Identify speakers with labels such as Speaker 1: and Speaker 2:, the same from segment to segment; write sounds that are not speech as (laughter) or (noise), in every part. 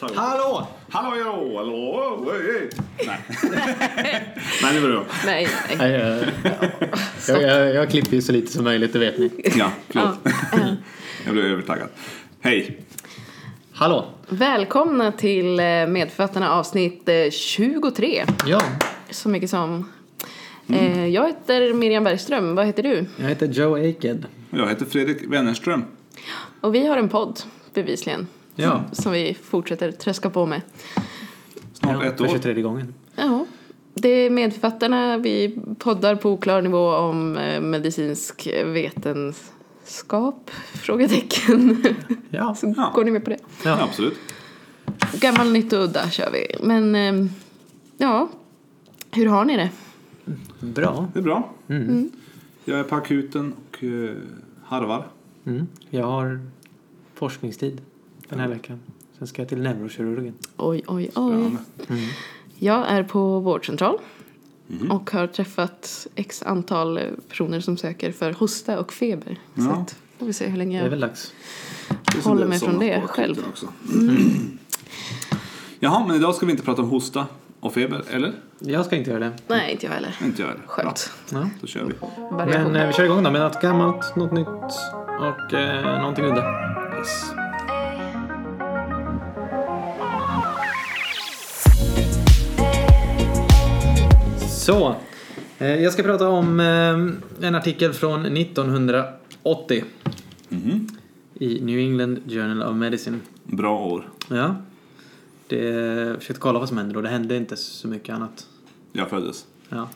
Speaker 1: Ta över.
Speaker 2: Hallå!
Speaker 1: Hallå, hallå, hallå, hej, hej. Nej. (laughs) Nej, det var du.
Speaker 3: Nej, nej.
Speaker 4: Nej, jag, jag, jag, jag klipper ju så lite som möjligt, det vet ni.
Speaker 1: Ja,
Speaker 3: Ja.
Speaker 1: förlåt. (laughs) Jag blev övertaggad. Hej.
Speaker 4: Hallå!
Speaker 3: Välkomna till eh, Medfötterna avsnitt eh, 23.
Speaker 4: Ja,
Speaker 3: Så mycket som. Eh, Jag heter Miriam Bergström, vad heter du?
Speaker 4: jag heter Joe Aked.
Speaker 1: Jag heter Fredrik Wennerström.
Speaker 3: Och vi har en podd, bevisligen.
Speaker 4: Ja.
Speaker 3: Som vi fortsätter tröska på med.
Speaker 1: Snart ett
Speaker 4: för
Speaker 1: år.
Speaker 4: 23 gången.
Speaker 3: Ja, det är Medförfattarna. Vi poddar på oklar nivå om eh, medicinsk vetenskap? Frågetecken. (laughs)
Speaker 4: Ja.
Speaker 3: Så
Speaker 1: Ja.
Speaker 3: går ni med på det?
Speaker 1: Ja,
Speaker 4: Ja.
Speaker 1: absolut.
Speaker 3: Gammal, nytt och udda kör vi. Men ehm, ja, hur har ni det?
Speaker 4: Bra.
Speaker 1: Det är bra.
Speaker 4: Mm.
Speaker 3: Mm.
Speaker 1: Jag är på akuten och eh, harvar.
Speaker 4: Mm. Jag har forskningstid den här veckan. Sen ska jag till neurokirurgen.
Speaker 3: Oj, oj, oj.
Speaker 1: Spännande.
Speaker 3: Jag är på vårdcentral
Speaker 1: Mhm.
Speaker 3: och har träffat x antal personer som söker för hosta och feber. Så
Speaker 1: Ja.
Speaker 3: att, får vi se hur länge
Speaker 4: Det är
Speaker 3: jag...
Speaker 4: väl dags.
Speaker 1: Det är som
Speaker 3: Håller
Speaker 1: det är
Speaker 3: mig från
Speaker 1: sådana
Speaker 3: det
Speaker 1: på
Speaker 3: själv.
Speaker 1: akuten Också. Mm. Jaha, men idag ska vi inte prata om hosta och feber, eller?
Speaker 4: Jag ska inte göra det.
Speaker 3: Nej, inte jag heller.
Speaker 1: Inte jag heller. Bra,
Speaker 3: Skönt.
Speaker 4: Ja.
Speaker 1: då kör vi.
Speaker 3: Variation.
Speaker 4: Men eh, vi kör igång då med något gammalt, något nytt och eh, någonting udda.
Speaker 1: Yes.
Speaker 4: Så, eh, jag ska prata om eh, en artikel från 1980
Speaker 1: Mhm.
Speaker 4: i New England Journal of Medicine.
Speaker 1: Bra år.
Speaker 4: Ja. Det, jag försökte kolla vad som hände då. Det hände inte så mycket annat.
Speaker 1: Jag föddes.
Speaker 4: Ja.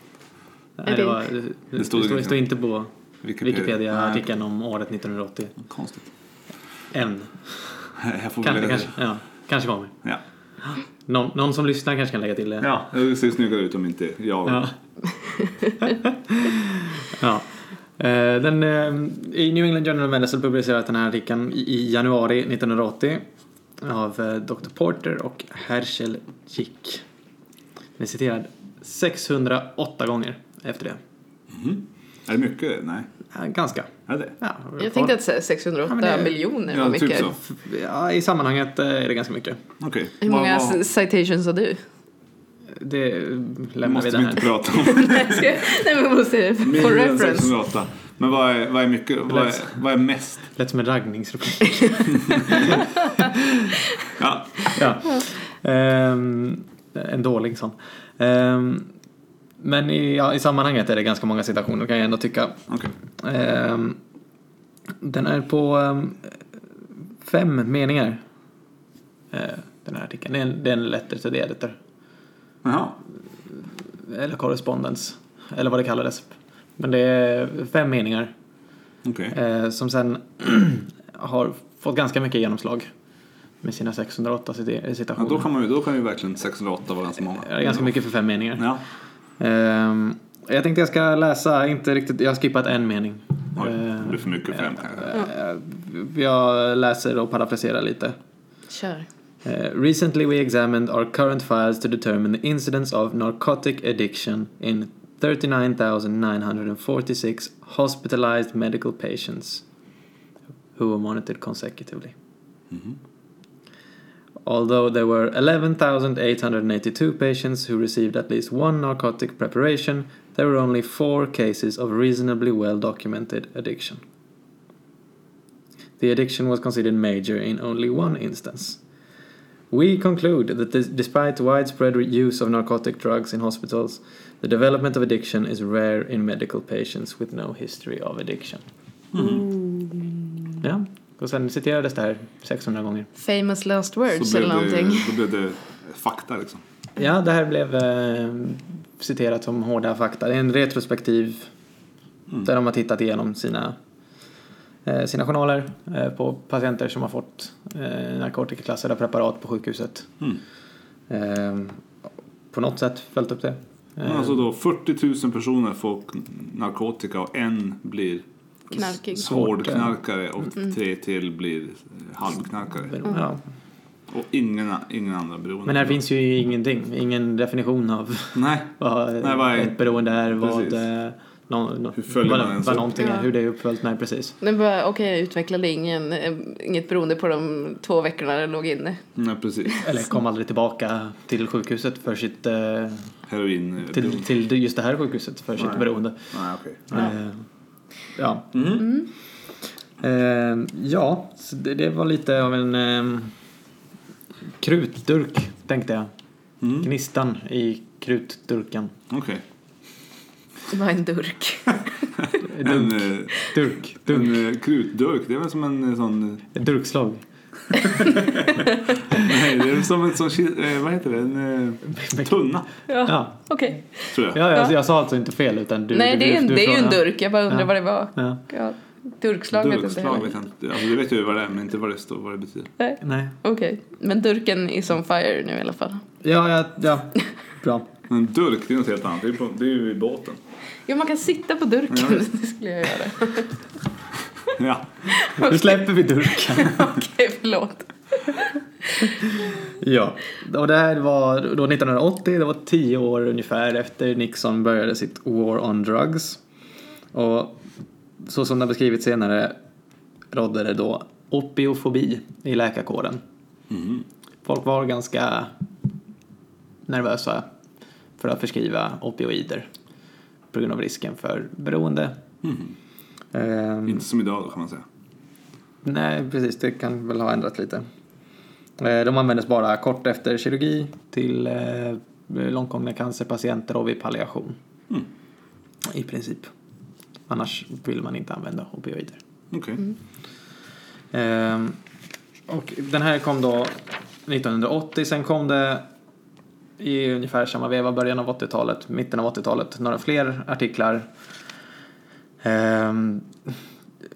Speaker 4: Nej,
Speaker 3: Är
Speaker 4: det,
Speaker 3: det-
Speaker 4: var, det, det,
Speaker 1: Det stod
Speaker 4: stod, det
Speaker 1: liksom-
Speaker 4: står inte på
Speaker 1: Nej,
Speaker 4: Wikipedia-artikeln om året 1980.
Speaker 1: Konstigt.
Speaker 4: Än.
Speaker 1: Här får vi
Speaker 4: Kanske,
Speaker 1: lägga
Speaker 4: kanske,
Speaker 1: till.
Speaker 4: ja, kanske kommer.
Speaker 1: Ja.
Speaker 4: Någon, någon som lyssnar kanske kan lägga till det.
Speaker 1: ja, det ser snyggare ut om inte jag...
Speaker 4: Ja. (laughs) ja. Eh, Den, eh, I New England Journal of Medicine publicerat den här artikeln i- i januari 1980 av eh, Dr. Porter och Herschel Chick. Den är citerad 608 gånger efter det.
Speaker 1: Är det mycket? Nej.
Speaker 4: Ja, Ganska.
Speaker 1: Är det?
Speaker 4: Ja,
Speaker 3: Jag tänkte att säga 608
Speaker 4: Ja, men det-
Speaker 3: miljoner var
Speaker 1: Ja,
Speaker 3: mycket.
Speaker 1: typ så.
Speaker 4: ja, I sammanhanget eh, är det ganska mycket.
Speaker 1: Okej.
Speaker 3: Hur många
Speaker 1: Vad- vad-
Speaker 3: citations har du? (laughs)
Speaker 4: Det eh, lämnar vi
Speaker 1: måste
Speaker 4: den
Speaker 1: vi
Speaker 4: här.
Speaker 1: inte prata
Speaker 3: (laughs)
Speaker 1: om.
Speaker 3: Nej, ska jag- Nej, men jag måste for
Speaker 1: Mindre än
Speaker 3: reference.
Speaker 1: 608. Men vad är, vad är mycket? Vad är, vad är mest?
Speaker 4: Lät som en raggningsreplik.
Speaker 1: Ja.
Speaker 4: ja. Ehm, en dålig sån. Ehm, men i, ja, i sammanhanget är det ganska många citationer kan jag ändå tycka.
Speaker 1: Okej.
Speaker 4: Ehm, den är på ehm, fem meningar. Eh, den här artikeln. Det är en, det är en letter to the editor.
Speaker 1: Jaha.
Speaker 4: Eller correspondence. Eller vad det kallades. Men det är fem meningar.
Speaker 1: Okej.
Speaker 4: Eh, som sen (clears throat) har fått ganska mycket genomslag. Med sina 608 cita-
Speaker 1: Ja,
Speaker 4: citationer.
Speaker 1: då kan man ju, då kan ju verkligen 608 vara ganska många.
Speaker 4: Det är ganska mycket för fem meningar.
Speaker 1: Ja.
Speaker 4: Ehm, jag tänkte jag ska läsa, inte riktigt, jag har skippat en mening.
Speaker 1: Oj, det
Speaker 4: Ehm,
Speaker 1: blir för mycket för en kanske.
Speaker 4: eh, jag läser och parafraserar lite.
Speaker 3: Kör.
Speaker 4: Eh, recently we examined our current files to determine the incidence of narcotic addiction in 39,946 hospitalized medical patients who were monitored consecutively.
Speaker 1: Mhm.
Speaker 4: Although there were 11,882 patients who received at least one narcotic preparation, there were only four cases of reasonably well documented addiction. The addiction was considered major in only one instance. We conclude that this, despite widespread re- use of narcotic drugs in hospitals, the development of addiction is rare in medical patients with no history of addiction.
Speaker 1: Mm.
Speaker 4: Ja, och sen citerades det här 600 gånger.
Speaker 3: Famous last
Speaker 1: Så
Speaker 3: words
Speaker 1: blev
Speaker 3: eller någonting.
Speaker 1: det, då blev det fakta liksom.
Speaker 4: Ja, det här blev eh, citerat som hårda fakta. Det är en retrospektiv
Speaker 1: Mm.
Speaker 4: där de har tittat igenom sina, eh, sina journaler eh, på patienter som har fått eh, narkotikaklassade preparat på sjukhuset.
Speaker 1: Mm.
Speaker 4: Eh, på något sätt följt upp det.
Speaker 1: Men
Speaker 4: Eh,
Speaker 1: Alltså då 40 000 personer får k- narkotika och en blir
Speaker 3: Knarkig. Mm.
Speaker 1: svårdknarkare och tre till blir eh, halvknarkare.
Speaker 4: ja.
Speaker 1: Och ingen, a- ingen andra beroende.
Speaker 4: Men här finns ju ingenting, ingen definition av (laughs)
Speaker 1: Nej,
Speaker 4: vad
Speaker 1: Nej, vad är-
Speaker 4: ett beroende är, vad
Speaker 1: Precis.
Speaker 4: eh, Någon, nå-
Speaker 1: Hur följer
Speaker 4: vad,
Speaker 1: man ens
Speaker 4: vad
Speaker 1: upp?
Speaker 4: någonting
Speaker 3: Ja.
Speaker 4: är, hur det är uppföljt, nej precis.
Speaker 3: Nej, bara, Okej, jag utvecklade ingen, eh, inget beroende på de två veckorna jag låg inne.
Speaker 1: Nej, precis.
Speaker 4: Eller kom aldrig tillbaka till sjukhuset för sitt, eh,
Speaker 1: Heroin. eh,
Speaker 4: till, till just det här sjukhuset för sitt
Speaker 1: Nej.
Speaker 4: beroende.
Speaker 1: Nej, okej.
Speaker 4: Eh, ja.
Speaker 1: Mm.
Speaker 4: Eh,
Speaker 3: Mm.
Speaker 4: ja, så det, det var lite av en eh, krutdurk tänkte jag.
Speaker 1: Mm.
Speaker 4: Gnistan i krutdurken.
Speaker 1: Okej.
Speaker 3: Det var en durk.
Speaker 1: En,
Speaker 4: Dunk,
Speaker 1: eh,
Speaker 4: durk, dunk,
Speaker 1: en eh, krutdurk, det är väl som en eh, sån... (laughs)
Speaker 4: durkslag.
Speaker 1: Nej, det är väl som en sån... ki- eh, Vad heter det? En eh, tunna,
Speaker 3: Ja,
Speaker 4: Ja,
Speaker 3: okej.
Speaker 1: tror jag.
Speaker 4: ja jag, jag sa alltså inte fel utan du.
Speaker 3: Nej,
Speaker 4: du,
Speaker 3: det är, en,
Speaker 4: du
Speaker 3: det är ju en
Speaker 4: frågar.
Speaker 3: durk. Jag bara undrar
Speaker 4: Ja.
Speaker 3: vad det var.
Speaker 4: Ja.
Speaker 3: Ja, durkslag vet jag inte
Speaker 1: Durkslag
Speaker 3: heller.
Speaker 1: vet jag inte. Alltså, det vet jag ju vad det är, men inte vad det står, vad det betyder.
Speaker 3: Nej,
Speaker 4: Nej.
Speaker 3: Okej, men durken is on fire nu i alla fall.
Speaker 4: Ja, ja, ja.
Speaker 3: (laughs)
Speaker 4: Bra.
Speaker 1: Men en durk, det är något helt annat. Det är, på, det är ju i båten.
Speaker 3: Jo, man kan sitta på durken.
Speaker 1: Ja.
Speaker 3: (laughs) Det skulle jag göra.
Speaker 1: Ja.
Speaker 4: Nu släpper vi durken.
Speaker 3: Okej, förlåt.
Speaker 4: Ja, och det här var då 1980, det var tio år ungefär efter Nixon började sitt War on Drugs. Och så som det har beskrivits senare rådde det då opiofobi i läkarkåren.
Speaker 1: Mhm.
Speaker 4: Folk var ganska nervösa för att förskriva opioider på grund av risken för beroende.
Speaker 1: Mhm.
Speaker 4: Ehm,
Speaker 1: Mm. Inte som idag då, kan man säga.
Speaker 4: Nej, precis. Det kan väl ha ändrats lite. Eh, De användes bara kort efter kirurgi till eh, långtgångna cancerpatienter och vid palliation.
Speaker 1: Mm.
Speaker 4: I princip. Annars vill man inte använda opioider.
Speaker 1: Okej.
Speaker 4: Ehm, Och den här kom då 1980. Sen kom det i ungefär samma veva, början av 80-talet, mitten av 80-talet, några fler artiklar. Ehm,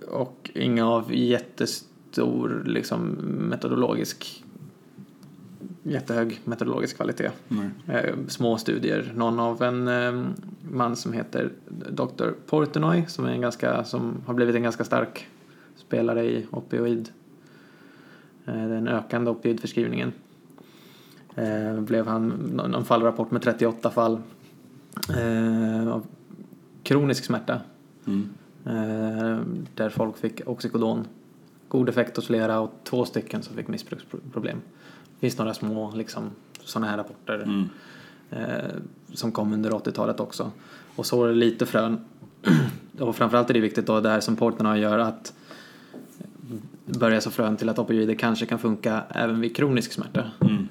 Speaker 4: Och inga av jättestor liksom, metodologisk jättehög metodologisk kvalitet.
Speaker 1: Mm. Nej.
Speaker 4: Eh, små studier. Någon av en eh, man som heter Dr. Portnoy som, är en ganska, som har blivit en ganska stark spelare i opioid. Eh, den ökande opioidförskrivningen. Eh, blev han någon någon fallrapport med 38 fall eh, av kronisk smärta
Speaker 1: Mm.
Speaker 4: eh, där folk fick oxycodon. God effekt hos flera och två stycken som fick missbruksproblem. Det finns några små liksom, sådana här rapporter
Speaker 1: Mm.
Speaker 4: eh, som kom under 80-talet också. Och så är det lite frön. (clears throat) och framförallt är det viktigt då det här som Portnoy gör att börja så frön till att opioider kanske kan funka även vid kronisk smärta.
Speaker 1: Mm.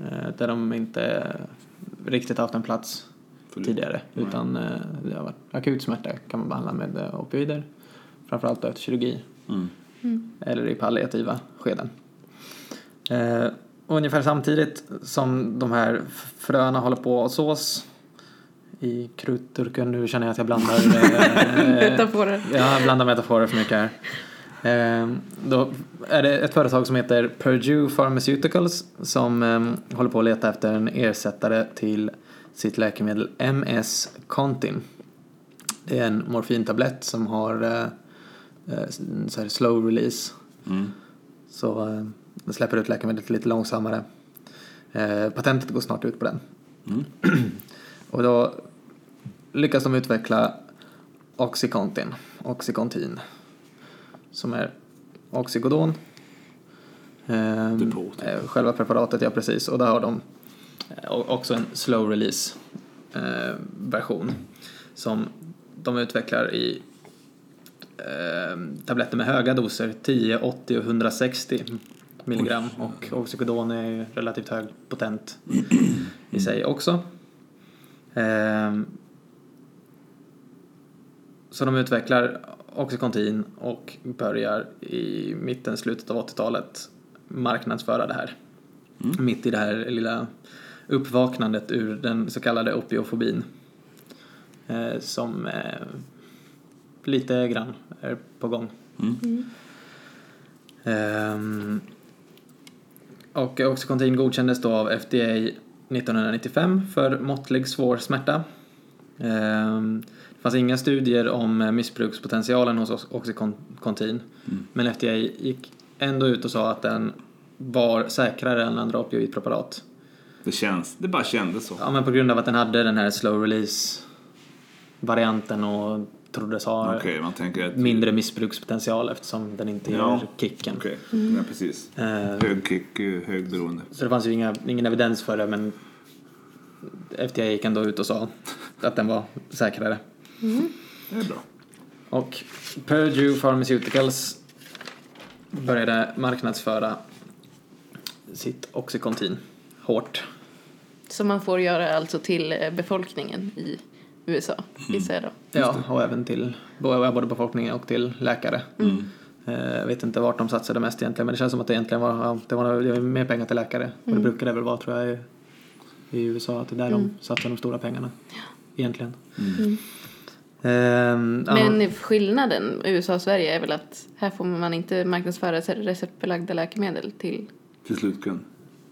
Speaker 4: Eh, där de inte riktigt haft en plats
Speaker 1: Förlåt.
Speaker 4: tidigare.
Speaker 1: Nej.
Speaker 4: Utan eh, det har varit akut smärta kan man behandla med eh, opioider. Framförallt då efter kirurgi
Speaker 1: Mm.
Speaker 4: eller i palliativa skeden. Eh, och ungefär samtidigt som de här f- fröna håller på att sås i krutdurken, nu känner jag att jag blandar eh,
Speaker 3: Metaforer.
Speaker 4: jag blandar metaforer för mycket här. Ehm, Då är det ett företag som heter Purdue Pharmaceuticals som ehm, håller på att leta efter en ersättare till sitt läkemedel MS Contin. Det är en morfintablett som har eh, eh, så här slow release.
Speaker 1: Mm.
Speaker 4: Så eh, den släpper ut läkemedlet lite långsammare. Eh, Patentet går snart ut på den.
Speaker 1: Mm.
Speaker 4: Och då lyckas de utveckla Oxycontin, Oxycontin, som är Oxygodon. Ehm,
Speaker 1: Depot.
Speaker 4: eh, Själva preparatet, ja precis. Och där har de eh, o- också en slow release eh, version som de utvecklar i ehm, tabletter med höga doser, 10, 80 och 160 milligram. Och Oxycodon är ju relativt högpotent i sig också. Ehm, så de utvecklar Oxycontin och börjar i mitten, slutet av 80-talet marknadsföra det här.
Speaker 1: Mm.
Speaker 4: Mitt i det här lilla uppvaknandet ur den så kallade opiofobin. Eh, som eh, lite grann är på gång.
Speaker 1: Mm.
Speaker 4: Ehm, och Oxycontin godkändes då av FDA 1995 för måttlig svår smärta. Ehm, det fanns inga studier om eh, missbrukspotentialen hos Ox- Oxycontin.
Speaker 1: Mm.
Speaker 4: Men FDA gick ändå ut och sa att den var säkrare än andra opioidpreparat.
Speaker 1: Det känns, det bara kändes så.
Speaker 4: Ja, men på grund av att den hade den här slow release varianten och troddes ha
Speaker 1: Okej, man tänker att...
Speaker 4: mindre missbrukspotential eftersom den inte
Speaker 1: Ja.
Speaker 4: ger kicken.
Speaker 1: Okej, ja, precis.
Speaker 4: Eh,
Speaker 1: Hög kick, eh, hög beroende.
Speaker 4: Så det fanns ju inga, ingen evidens för det men FDA gick ändå ut och sa att den var säkrare.
Speaker 1: Det är bra.
Speaker 4: Och Purdue Pharmaceuticals började marknadsföra sitt Oxycontin hårt.
Speaker 3: Som man får göra alltså till eh, befolkningen i USA,
Speaker 4: Mm.
Speaker 3: gissar jag då.
Speaker 4: Ja, och även till både befolkningen och till läkare. Eh, Jag vet inte vart de satsade mest egentligen men det känns som att det egentligen var, ja, det var, det var mer pengar till läkare. Och det brukar det väl vara tror jag i, i USA att det är där de satsar de stora pengarna. Egentligen. Ehm, ja.
Speaker 3: Men skillnaden USA och Sverige är väl att här får man inte marknadsföra så här receptbelagda läkemedel till...
Speaker 1: Till slutkunden.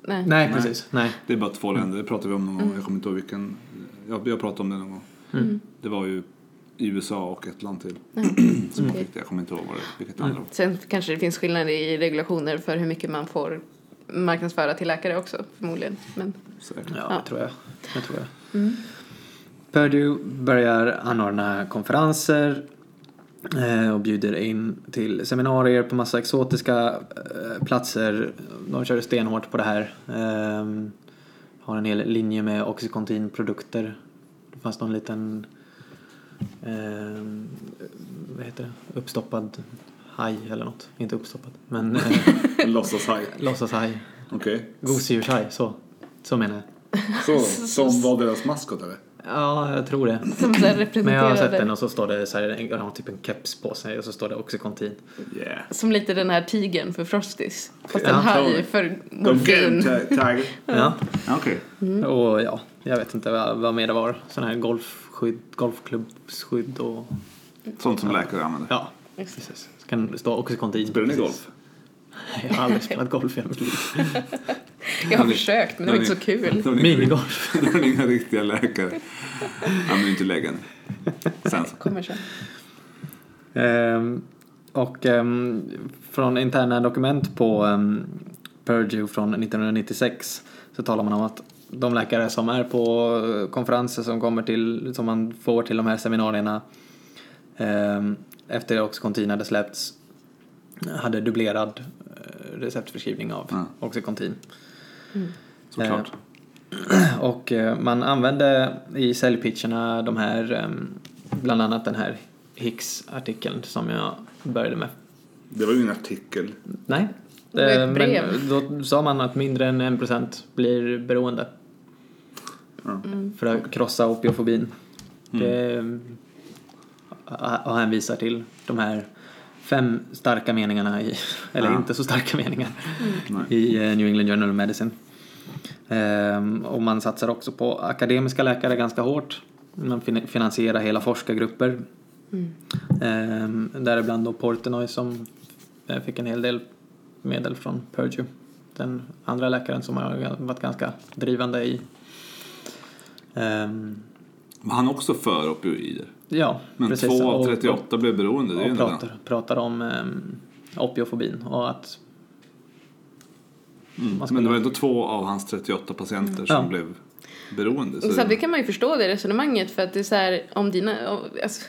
Speaker 3: Nej.
Speaker 4: Nej, precis. Nej.
Speaker 1: Det är bara två länder, det pratade vi om någon gång. Jag kommer inte ihåg vilken. Jag, jag pratade om det någon gång.
Speaker 4: Mm.
Speaker 1: Det var ju USA och ett land till. (clears throat) Som man fick det. Jag kommer inte ihåg vad det, vilket land det var.
Speaker 3: Sen kanske det finns skillnader i regulationer för hur mycket man får marknadsföra till läkare också, förmodligen. Men
Speaker 1: Säkert.
Speaker 4: Ja,
Speaker 3: Ja.
Speaker 4: det tror jag. Det tror jag. Purdue börjar anordna konferenser eh, och bjuder in till seminarier på massa exotiska eh, platser. De kör stenhårt på det här. Ehm, har en hel linje med Oxycontin-produkter. Det fanns någon liten ehm, vad heter det? uppstoppad haj eller något. Inte uppstoppad, men eh,
Speaker 1: (laughs) Låtsashaj.
Speaker 4: låtsashaj.
Speaker 1: Okej.
Speaker 4: Gosedjurshaj, så. Så menar jag.
Speaker 1: Så, som var deras maskot eller?
Speaker 4: Ja, jag tror det.
Speaker 3: som så här
Speaker 4: Men jag har sett
Speaker 3: representerade...
Speaker 4: den och så står det så här, en- han har typ en keps på sig och så står det Oxycontin.
Speaker 1: Yeah.
Speaker 3: Som lite den här tigern för Frosties. Fast en
Speaker 4: Ja.
Speaker 3: haj för (laughs)
Speaker 1: Okej,
Speaker 3: morfin.
Speaker 1: ta- tag.
Speaker 4: Ja.
Speaker 1: Okej.
Speaker 4: Och ja, jag vet inte vad, vad mer det var. Sån här golfskydd, golfklubbsskydd och
Speaker 1: Sånt som läkare använder.
Speaker 4: ja, precis. Så kan det stå Oxycontin.
Speaker 1: Spelar ni
Speaker 4: precis.
Speaker 1: golf?
Speaker 4: (laughs) Jag har aldrig spelat golf i hela mitt liv.
Speaker 3: Jag har försökt, men det var inte så kul.
Speaker 1: Då är ni- (laughs)
Speaker 4: Minigolf.
Speaker 1: då är ni inga riktiga läkare. Han är inte läkaren. Sen så.
Speaker 3: Kommer sen.
Speaker 4: Ehm, och ehm, från interna dokument på um, Purdue från 1996 så talar man om att de läkare som är på eh, konferenser som kommer till, som man får till de här seminarierna ehm, efter Oxycontin hade släppts hade dubblerad eh, receptförskrivning av
Speaker 1: Ja.
Speaker 4: Oxycontin. (clears throat)
Speaker 1: Såklart.
Speaker 4: Och eh, man använde i säljpitcherna de här, ehm, bland annat den här Hicks-artikeln som jag började med.
Speaker 1: Det var ju en artikel.
Speaker 4: Nej.
Speaker 3: Det var ett
Speaker 4: Eh, Men
Speaker 3: brev.
Speaker 4: då sa man att mindre än 1% blir beroende
Speaker 1: Ja.
Speaker 3: Mm.
Speaker 1: Mm.
Speaker 4: för att krossa opiofobin. Det eh, och hänvisar till de här fem starka meningarna, i, (laughs) eller
Speaker 1: Ja.
Speaker 4: inte så starka meningar,
Speaker 1: Nej.
Speaker 4: i eh, New England Journal of Medicine. Ehm, och man satsar också på akademiska läkare ganska hårt. Man fin- finansierar hela forskargrupper.
Speaker 3: Mm.
Speaker 4: Ehm, däribland då Portenoy som eh, fick en hel del medel från Purdue. Den andra läkaren som har varit ganska drivande i ehm,
Speaker 1: Men han är också för opioider.
Speaker 4: Ja,
Speaker 1: Men
Speaker 4: precis.
Speaker 1: två
Speaker 4: Och-
Speaker 1: av 38 blev beroende. Det är ju
Speaker 4: och
Speaker 1: ändå bra.
Speaker 4: pratar, pratar om um, opiofobin och att
Speaker 1: Mm.
Speaker 4: Man ska-
Speaker 1: Men det var ändå två av hans 38 patienter som
Speaker 4: Ja.
Speaker 1: blev beroende. Så
Speaker 3: Samtidigt kan man ju förstå det resonemanget för att det är så här om dina... Om, alltså,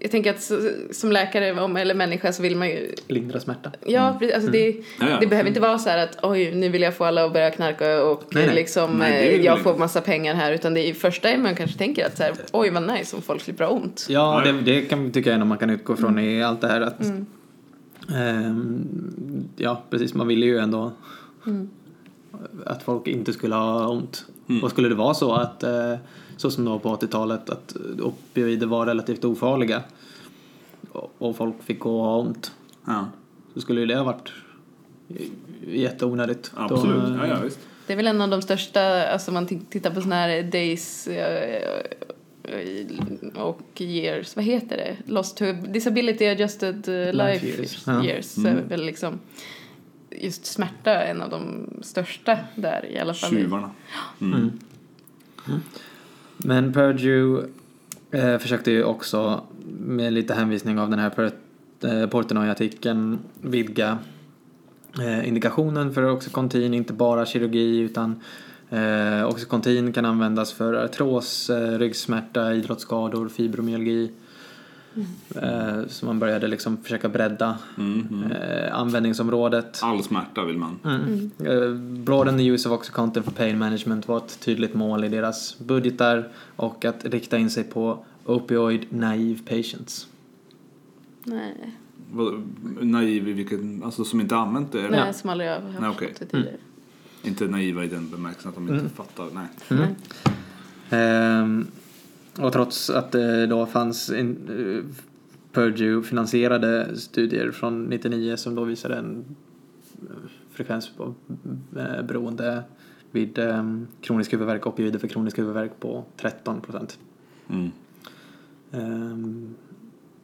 Speaker 3: jag tänker att så, som läkare om, eller människa så vill man ju...
Speaker 4: lindra smärta.
Speaker 3: Ja, precis, alltså det,
Speaker 1: Ja, ja.
Speaker 3: det behöver inte vara så här att oj, nu vill jag få alla att börja knarka och
Speaker 4: Nej, nej.
Speaker 3: liksom
Speaker 1: Nej, det är
Speaker 3: eh,
Speaker 1: ju
Speaker 3: jag
Speaker 1: det.
Speaker 3: får massa pengar här. Utan det är, första är man kanske tänker att så här, oj vad nice om folk slipper ha ont.
Speaker 4: Ja,
Speaker 1: Ja.
Speaker 4: det, det kan, tycker jag ändå man kan utgå från i allt det här att ehm, ja, precis, man ville ju ändå att folk inte skulle ha ont.
Speaker 1: Mm.
Speaker 4: Och skulle det vara så att eh, så som det var på 80-talet att opioider var relativt ofarliga och, och folk fick gå och ha ont
Speaker 1: Ja,
Speaker 4: så skulle ju det ha varit j- jätteonödigt. Då,
Speaker 1: absolut.
Speaker 4: eh,
Speaker 1: Ja, ja, visst.
Speaker 3: Det är väl en av de största, alltså man t- tittar på såna här days eh, och years, vad heter det? Lost to disability adjusted eh, life
Speaker 4: years.
Speaker 3: years.
Speaker 4: Ja.
Speaker 3: så är väl liksom just smärta är en av de största där i alla fall.
Speaker 1: Tjuvarna. Mm.
Speaker 4: Mm. Men Purdue eh, försökte ju också med lite hänvisning av den här per- eh, Portnoy-artikeln vidga eh, indikationen för Oxycontin, inte bara kirurgi utan Eh, Oxycontin kan användas för artros, eh, ryggsmärta, idrottsskador, fibromyalgi. Eh, så man började liksom försöka bredda
Speaker 1: Mm, mm.
Speaker 4: eh, användningsområdet.
Speaker 1: All smärta vill man.
Speaker 4: Mm. Eh, broaden the use of Oxycontin for pain management var ett tydligt mål i deras budgetar och att rikta in sig på opioid naive patients.
Speaker 3: Nej,
Speaker 1: Vad- Naiv i vilket, alltså som inte använt det? eller?
Speaker 3: nej som aldrig har haft
Speaker 1: Nej, okej.
Speaker 3: det tidigare.
Speaker 1: Inte naiva i den bemärkelsen att de inte fattar, nej.
Speaker 4: Mm. Ehm, och trots att det då fanns in, eh, Purdue finansierade studier från 99 som då visade en eh, frekvens på eh, beroende vid eh, kronisk huvudvärk, opioider för kronisk huvudvärk på 13 procent. Ehm,
Speaker 1: Mm.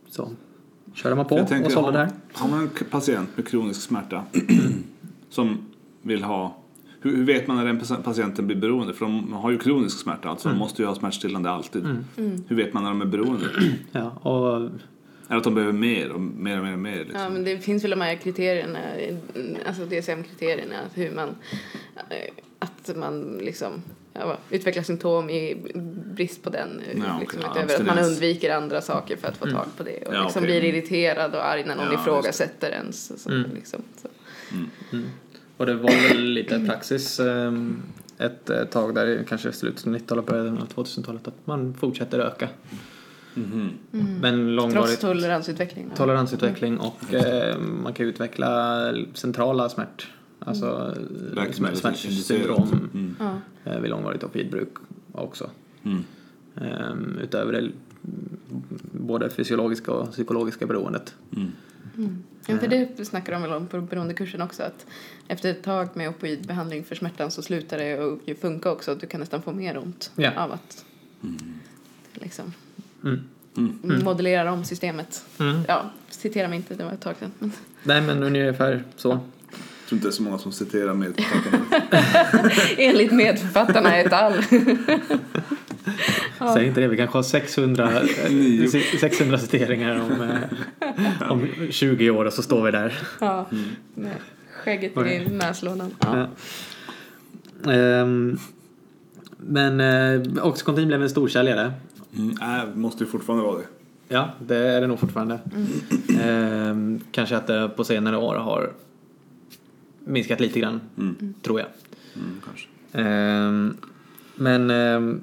Speaker 4: så körde man på
Speaker 1: Jag tänker,
Speaker 4: och sålde
Speaker 1: har,
Speaker 4: där.
Speaker 1: har man en k- patient med kronisk smärta (clears throat) som vill ha... Hur, hur vet man när den pas- patienten blir beroende? För de har ju kronisk smärta, alltså de måste ju ha smärtstillande alltid.
Speaker 3: Mm.
Speaker 1: Hur vet man när de är beroende? (clears throat)
Speaker 4: Ja, och
Speaker 1: Eller att de behöver mer och mer och mer och mer liksom.
Speaker 3: Ja, men det finns väl de här kriterierna, alltså DSM-kriterierna, att hur man, eh, att man liksom ja, va, utvecklar symptom i brist på den, eh,
Speaker 1: Ja,
Speaker 3: liksom,
Speaker 1: okej. Ja,
Speaker 3: utöver att man
Speaker 1: abstinens.
Speaker 3: undviker andra saker för att få tag på det och
Speaker 1: Ja,
Speaker 3: liksom
Speaker 1: okej.
Speaker 3: blir irriterad och arg när någon
Speaker 1: Ja, just Mm.
Speaker 3: ifrågasätter ens. Så, liksom, så.
Speaker 4: Och det var väl lite praxis ehm, ett eh, tag där, i kanske slutet av 90-talet, början av 2000-talet, att man fortsätter öka.
Speaker 1: Mhm.
Speaker 4: Men
Speaker 3: Trots
Speaker 4: långvarigt
Speaker 3: toleransutvecklingen.
Speaker 4: Mm. toleransutveckling och eh, man kan ju utveckla centrala smärt, alltså eh, smärt-
Speaker 1: Läkemedels-
Speaker 4: smärtsyndrom
Speaker 1: Mm.
Speaker 3: ja.
Speaker 4: eh, vid långvarigt opioidbruk också.
Speaker 1: Mm.
Speaker 4: Ehm, utöver det mm, både fysiologiska och psykologiska beroendet.
Speaker 1: Mm.
Speaker 3: Ja, för det snackar de väl om på beroendekursen också att efter ett tag med opioidbehandling för smärtan så slutar det att funka också. Att du kan nästan få mer ont
Speaker 4: Ja.
Speaker 3: av att
Speaker 1: Mm.
Speaker 3: liksom,
Speaker 4: Mm.
Speaker 3: modellera om systemet.
Speaker 4: Mm.
Speaker 3: Ja, citera mig inte, det var ett tag sedan. (laughs) Men
Speaker 4: Nej men ungefär så.
Speaker 1: Jag tror inte det är så många som citerar mig. utan-
Speaker 3: Enligt medförfattarna ett all. (laughs)
Speaker 4: Säg inte det, vi kanske har 600,
Speaker 1: Nio.
Speaker 4: 600 citeringar om, eh, om 20 år och så står vi där.
Speaker 3: Ja,
Speaker 1: Mm.
Speaker 3: med skägget i
Speaker 4: Okej.
Speaker 3: näslådan. Ja.
Speaker 4: Ehm, men eh, Oxycontin blev en storsäljare.
Speaker 1: Mm. Nej, måste ju fortfarande vara det.
Speaker 4: Ja, det är det nog fortfarande. Ehm, kanske att det på senare år har minskat lite grann,
Speaker 1: Mm.
Speaker 4: tror jag.
Speaker 1: Mm, kanske.
Speaker 4: Ehm, men ehm,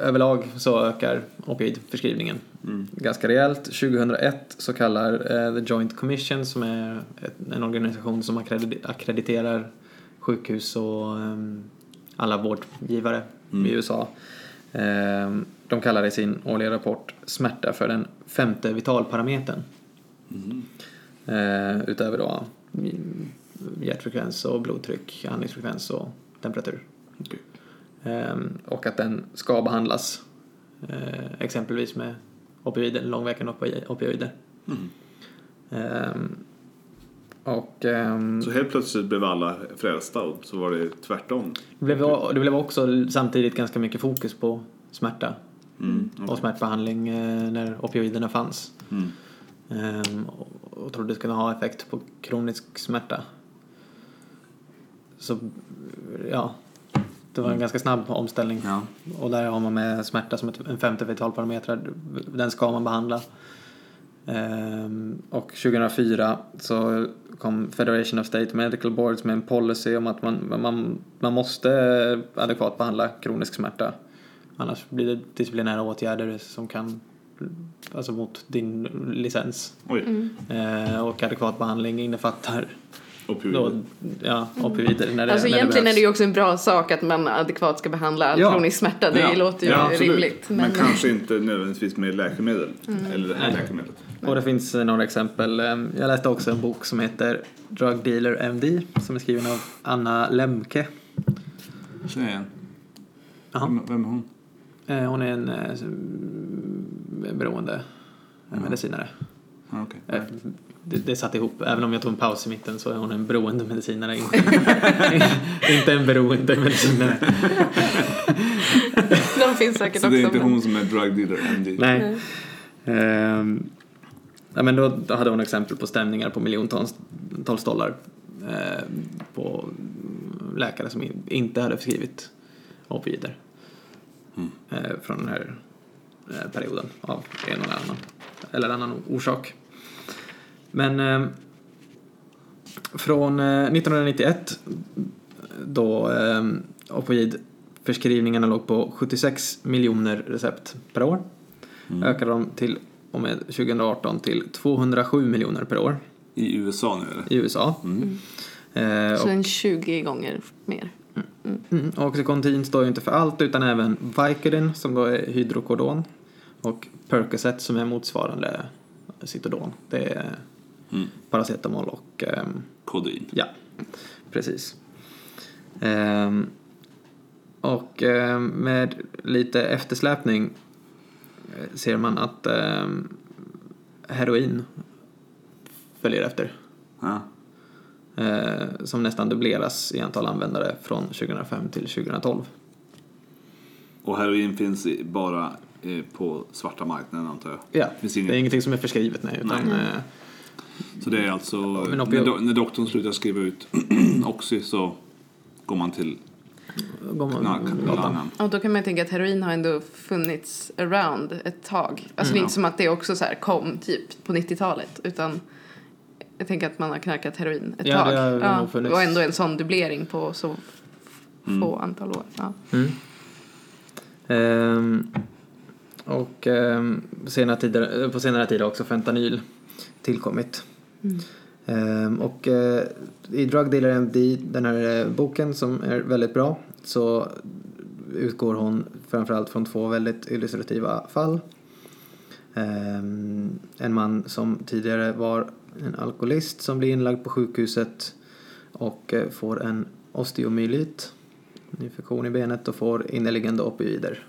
Speaker 4: överlag så ökar opioidförskrivningen
Speaker 1: Mm.
Speaker 4: ganska rejält. 2001 så kallar eh, The Joint Commission som är ett, en organisation som akkredi- akkrediterar sjukhus och ehm, alla vårdgivare
Speaker 1: Mm.
Speaker 4: i USA. Ehm, de kallar i sin årliga rapport smärta för den femte vitalparametern.
Speaker 1: Mm.
Speaker 4: Eh, utöver då mm, hjärtfrekvens och blodtryck, andningsfrekvens och temperatur.
Speaker 1: Okej.
Speaker 4: Ehm, och att den ska behandlas eh, exempelvis med opioider, långverkande opi- opioider.
Speaker 1: Mm.
Speaker 4: Ehm, och ehm,
Speaker 1: Så helt plötsligt blev alla frälsta och så var det tvärtom.
Speaker 4: det, blev, det blev också samtidigt ganska mycket fokus på smärta
Speaker 1: Mm.
Speaker 4: och smärtbehandling eh, när opioiderna fanns.
Speaker 1: Mm.
Speaker 4: Ehm, och- och trodde det skulle ha effekt på kronisk smärta. Så ja, det
Speaker 1: Mm.
Speaker 4: var en ganska snabb omställning.
Speaker 1: Ja.
Speaker 4: Och där har man med smärta som ett- en femte vitalparameter. Den ska man behandla. Ehm, Och 2004 så kom Federation of State Medical Boards med en policy om att man, man, man måste adekvat behandla kronisk smärta. Annars blir det disciplinära åtgärder som kan, alltså mot din licens.
Speaker 1: Oj,
Speaker 3: Mm.
Speaker 4: Ehm, Och adekvat behandling innefattar då,
Speaker 1: opioider.
Speaker 4: ja, opioider när det,
Speaker 3: Alltså
Speaker 4: när
Speaker 3: egentligen
Speaker 4: det
Speaker 3: är det ju också en bra sak att man adekvat ska behandla all
Speaker 4: Ja.
Speaker 3: kronisk smärta. Det
Speaker 1: Ja,
Speaker 3: låter ju
Speaker 1: ja, absolut.
Speaker 3: rimligt.
Speaker 1: Men,
Speaker 3: Men, Mm.
Speaker 1: kanske inte nödvändigtvis med läkemedel. Eller det här
Speaker 4: Nej.
Speaker 1: läkemedlet.
Speaker 4: Och det finns eh, några exempel. Eh, Jag läste också en bok som heter Drug Dealer MD som är skriven av Anna Lemke.
Speaker 1: Känner igen.
Speaker 4: Jaha.
Speaker 1: Vem, vem är hon?
Speaker 4: Eh, Hon är en eh, s- mm, beroende eh, medicinare.
Speaker 1: Ah, okej.
Speaker 4: Eh, Det, det satt ihop. Även om jag tog en paus i mitten så är hon en beroende medicinare. (laughs) inte- inte en beroende medicinare.
Speaker 3: (laughs) de finns säkert
Speaker 1: Så
Speaker 3: också.
Speaker 1: det är inte
Speaker 3: men-
Speaker 1: hon som är drug dealer, MD?
Speaker 4: Nej. Ehm, ja, men då, då hade hon exempel på stämningar på miljontals ehm, tals dollar eh, på läkare som in- inte hade förskrivit opioider. Eh, från den här eh, perioden av en eller annan, eller annan orsak. Men eh, från eh, 1991 då eh, opioidförskrivningarna låg på 76 miljoner recept per år ökade de till och med 2018 till 207 miljoner per år
Speaker 1: I USA nu eller?
Speaker 4: i USA. Eh,
Speaker 3: Mm. Så en 20 gånger mer.
Speaker 4: Mm, och Oxycontin står ju inte för allt utan även Vicodin som då är hydrokodon och Percocet som är motsvarande Citodon. Det är
Speaker 1: Mm.
Speaker 4: paracetamol och ehm,
Speaker 1: Kodein.
Speaker 4: ja, precis. Ehm, och ehm, med lite eftersläpning eh, ser man att ehm, heroin följer efter.
Speaker 1: Ja.
Speaker 4: Eh, som nästan dubbleras i antal användare från 2005 till 2012.
Speaker 1: Och heroin finns i- bara eh, på svarta marknaden antar jag.
Speaker 4: Ja,
Speaker 1: Finns
Speaker 4: det är
Speaker 1: ingen-
Speaker 4: ingenting som är förskrivet nej. Utan, eh,
Speaker 1: Så det är alltså
Speaker 4: men opio-
Speaker 1: när, do- när doktorn slutar skriva ut (clears throat) Oxy så går man till
Speaker 4: eh, går man- gatan.
Speaker 1: knarklangarna.
Speaker 3: Och då kan man ju tänka att heroin har ändå funnits around ett tag. Alltså det är
Speaker 4: Mm.
Speaker 3: inte som att det också så här kom typ på 90-talet utan jag tänker att man har knarkat heroin ett
Speaker 4: Ja,
Speaker 3: tag.
Speaker 4: det har nog funnits. Mm.
Speaker 3: och ändå en sån dubblering på så få antal år. Ja.
Speaker 4: Ehm, och ehm, på senare tider, eh, på senare tid har också fentanyl tillkommit.
Speaker 3: Mm.
Speaker 4: Ehm, och eh, i Drug Dealer MD, den här eh, boken som är väldigt bra, så utgår hon framförallt från två väldigt illustrativa fall. Ehm, en man som tidigare var en alkoholist som blir inlagd på sjukhuset och eh, får en osteomyelit, en infektion i benet och får inneliggande opioider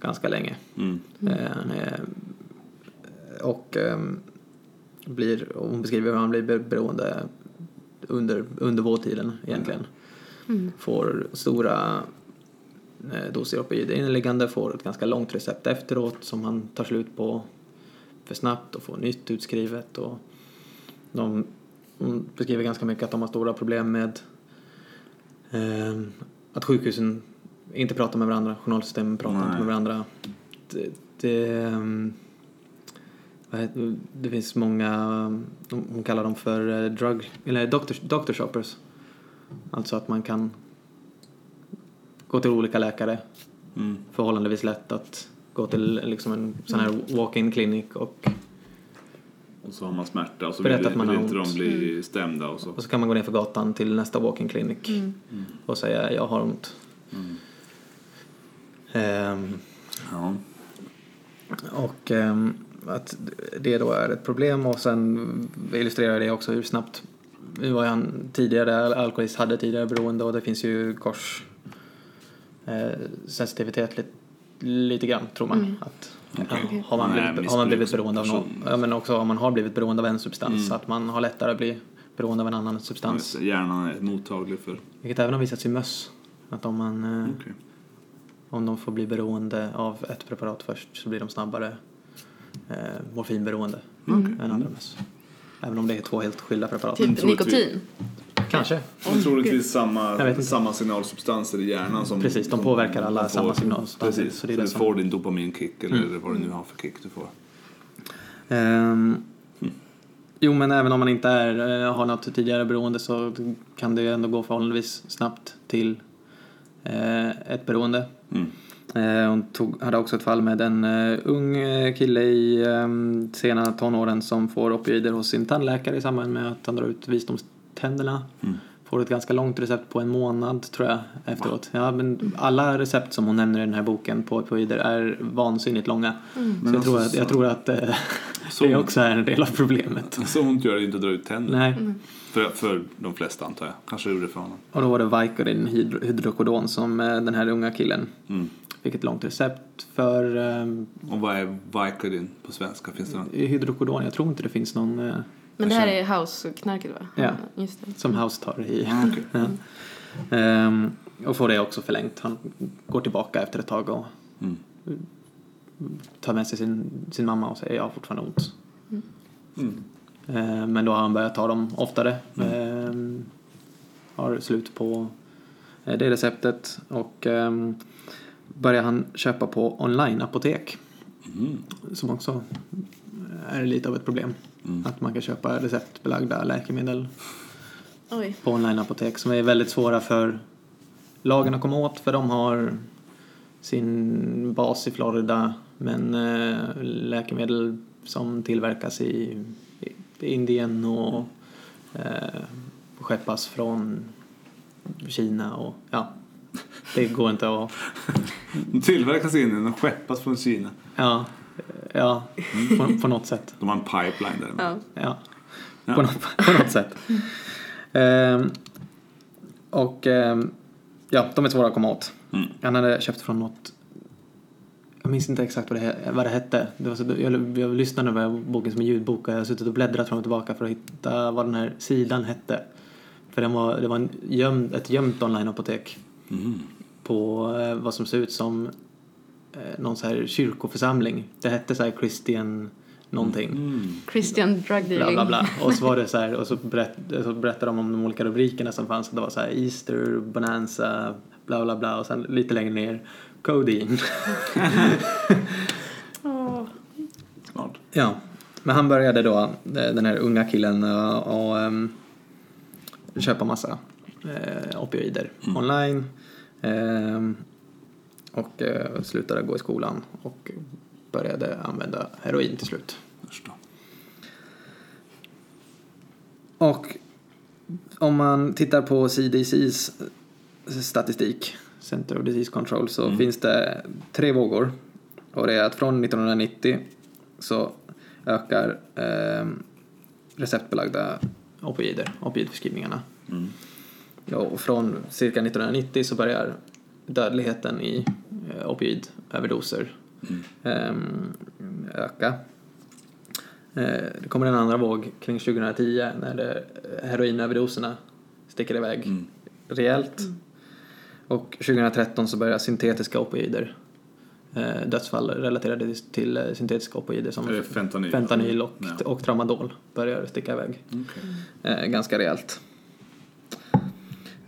Speaker 4: ganska länge.
Speaker 1: Mm.
Speaker 4: Eh, han är- och ehm, blir, och hon beskriver hur han blir be- beroende under, under vårtiden egentligen.
Speaker 3: Mm.
Speaker 4: Får stora eh, doser opioider inneliggande, får ett ganska långt recept efteråt som han tar slut på för snabbt och får nytt utskrivet. Och de hon beskriver ganska mycket att de har stora problem med ehm, att sjukhusen inte pratar med varandra, journalsystemen pratar
Speaker 1: Nej.
Speaker 4: inte med varandra. Det, det, ehm, vad heter- det finns många, de- hon kallar dem för eh, drug, eller doctor, doctor shoppers. Alltså att man kan gå till olika läkare
Speaker 1: Mm.
Speaker 4: förhållandevis lätt att gå till liksom en sån här walk-in klinik och,
Speaker 1: Och så har man smärta och så
Speaker 4: Berätta
Speaker 1: vill,
Speaker 4: att man
Speaker 1: vill
Speaker 4: har
Speaker 1: inte de
Speaker 4: ont.
Speaker 1: bli stämda och så.
Speaker 4: och så kan man gå ner för gatan till nästa walk-in klinik och säga jag har ont. Ehm,
Speaker 1: Mm. Ja.
Speaker 4: och ehm, att det då är ett problem och sen illustrerar det också hur snabbt nu var ju han tidigare alkoholist, hade tidigare beroende och det finns ju kors eh, sensitivitet lite, lite grann tror man. Att, ja, har, man
Speaker 1: Man är
Speaker 4: blivit, har man blivit
Speaker 1: missbruks-
Speaker 4: beroende av någon,
Speaker 1: person.
Speaker 4: ja, men också om man har blivit beroende av en substans, att man har lättare att bli beroende av en annan substans.
Speaker 1: Hjärnan är mottaglig för...
Speaker 4: Vilket även har visats i möss. Att om, man, eh,
Speaker 1: Okej.
Speaker 4: om de får bli beroende av ett preparat först så blir de snabbare eh, morfinberoende
Speaker 1: Mm.
Speaker 4: än andra möss. Även om det är två helt skilda preparat.
Speaker 3: Typ
Speaker 1: tror att vi-
Speaker 3: nikotin.
Speaker 4: Kanske.
Speaker 1: Och troligtvis
Speaker 4: Jag vet
Speaker 1: samma,
Speaker 4: inte.
Speaker 1: samma signalsubstanser i hjärnan som...
Speaker 4: Precis, de
Speaker 1: som
Speaker 4: påverkar alla
Speaker 1: får-
Speaker 4: samma signalsubstanser,
Speaker 1: Precis,
Speaker 4: så
Speaker 1: så
Speaker 4: det är
Speaker 1: du
Speaker 4: det som- Mm.
Speaker 1: får din dopaminkick eller vad du nu har för kick du får.
Speaker 4: Ehm, Jo, men även om man inte är, eh, har något tidigare beroende så kan det ju ändå gå förhållandevis snabbt till eh, ett beroende.
Speaker 1: Mm.
Speaker 4: Eh, hon tog, hade också ett fall med en eh, ung eh, kille i eh, sena tonåren som får opioider hos sin tandläkare i samband med att han drar ut visdomständerna.
Speaker 1: Mm.
Speaker 4: Får ett ganska långt recept på en månad tror jag efteråt. Ja, men alla recept som hon nämner i den här boken på opioider är vansinnigt långa. Så
Speaker 3: Mm.
Speaker 1: Men
Speaker 4: jag tror
Speaker 1: alltså,
Speaker 4: att, jag
Speaker 1: så-
Speaker 4: tror att eh,
Speaker 1: Så-
Speaker 4: det också är en del av problemet.
Speaker 1: (laughs) Så ont gör det inte att dra ut tänderna.
Speaker 4: Nej.
Speaker 1: För, för de flesta antar jag. Kanske gjorde det för honom.
Speaker 4: Och då var det Vicodin, hydro- hydrokodon, som eh, den här unga killen
Speaker 1: Mm.
Speaker 4: fick ett långt recept för. Eh,
Speaker 1: Och vad är Vicodin på svenska? Finns det något?
Speaker 4: hydrokodon, jag tror inte det finns någon eh,
Speaker 3: Men det här är house-knarket va?
Speaker 4: Ja.
Speaker 3: Just det.
Speaker 4: som House tar i.
Speaker 1: Ah, okej.
Speaker 4: ja. Ehm, och får det också förlängt. Han går tillbaka efter ett tag och
Speaker 1: Mm.
Speaker 4: tar med sig sin, sin mamma och säger jag har fortfarande ont.
Speaker 1: Mm.
Speaker 4: Ehm, men då har han börjat ta dem oftare. Ehm, har slut på Eh, Det är receptet och ehm, börjar han köpa på online-apotek.
Speaker 1: Mm.
Speaker 4: Som också är lite av ett problem.
Speaker 1: Mm.
Speaker 4: Att man kan köpa receptbelagda läkemedel
Speaker 3: Oj.
Speaker 4: på onlineapotek som är väldigt svåra för lagen att komma åt för de har sin bas i Florida men eh, läkemedel som tillverkas i i Indien och eh, skeppas från Kina och ja, det går inte att...
Speaker 1: De tillverkas i Indien och skeppas från Kina.
Speaker 4: Ja, ja på, på något sätt.
Speaker 1: De har en pipeline där.
Speaker 3: Ja.
Speaker 4: Ja.
Speaker 1: Ja.
Speaker 4: På, något, på något sätt. Ehm, och ehm, ja, de är svåra att komma åt.
Speaker 1: Mm.
Speaker 4: Han hade köpt från något jag minns inte exakt vad det, he- vad det hette. Det var så, jag, jag lyssnade på den här boken som en ljudbok och jag har suttit och bläddrat fram och tillbaka för att hitta vad den här sidan hette. För den var, det var en gömd, ett gömt onlineapotek
Speaker 1: Mm.
Speaker 4: på eh, vad som ser ut som eh, någon så här kyrkoförsamling. Det hette så här Christian någonting
Speaker 1: Mm.
Speaker 3: Christian drug
Speaker 4: bla
Speaker 3: dealing.
Speaker 4: bla bla. Och så var det så här, och så, berätt, så berättade de om de olika rubrikerna som fanns. Det var så här Easter, Bonanza, bla bla bla och sen lite längre ner Codeine.
Speaker 3: Åh.
Speaker 1: Smart.
Speaker 4: ja, men han började då, eh, den här unga killen, och, och ehm, köpa massa eh, opioider online. Ehm, och eh, slutade gå i skolan och började använda heroin till slut.
Speaker 1: Förstå.
Speaker 4: Och om man tittar på CDCs eh, statistik, Center of Disease Control, så finns det tre vågor. Och det är att från 1990 så ökar ehm, receptbelagda opioider, opioidförskrivningarna.
Speaker 1: Mm.
Speaker 4: Ja, och från cirka 1990 så börjar dödligheten i eh, opioidöverdoser
Speaker 1: Mm.
Speaker 4: ehm, öka. Eh, Det kommer en andra våg kring 2010 när det, heroinöverdoserna sticker iväg
Speaker 1: Mm.
Speaker 4: rejält. Och 2013 så börjar syntetiska opioider, eh, dödsfall relaterade till- till eh, syntetiska opioider
Speaker 1: Är
Speaker 4: som
Speaker 1: det fentanyl?
Speaker 4: fentanyl och,
Speaker 1: Ja.
Speaker 4: och tramadol börjar sticka iväg
Speaker 1: Okej.
Speaker 4: eh, ganska rejält.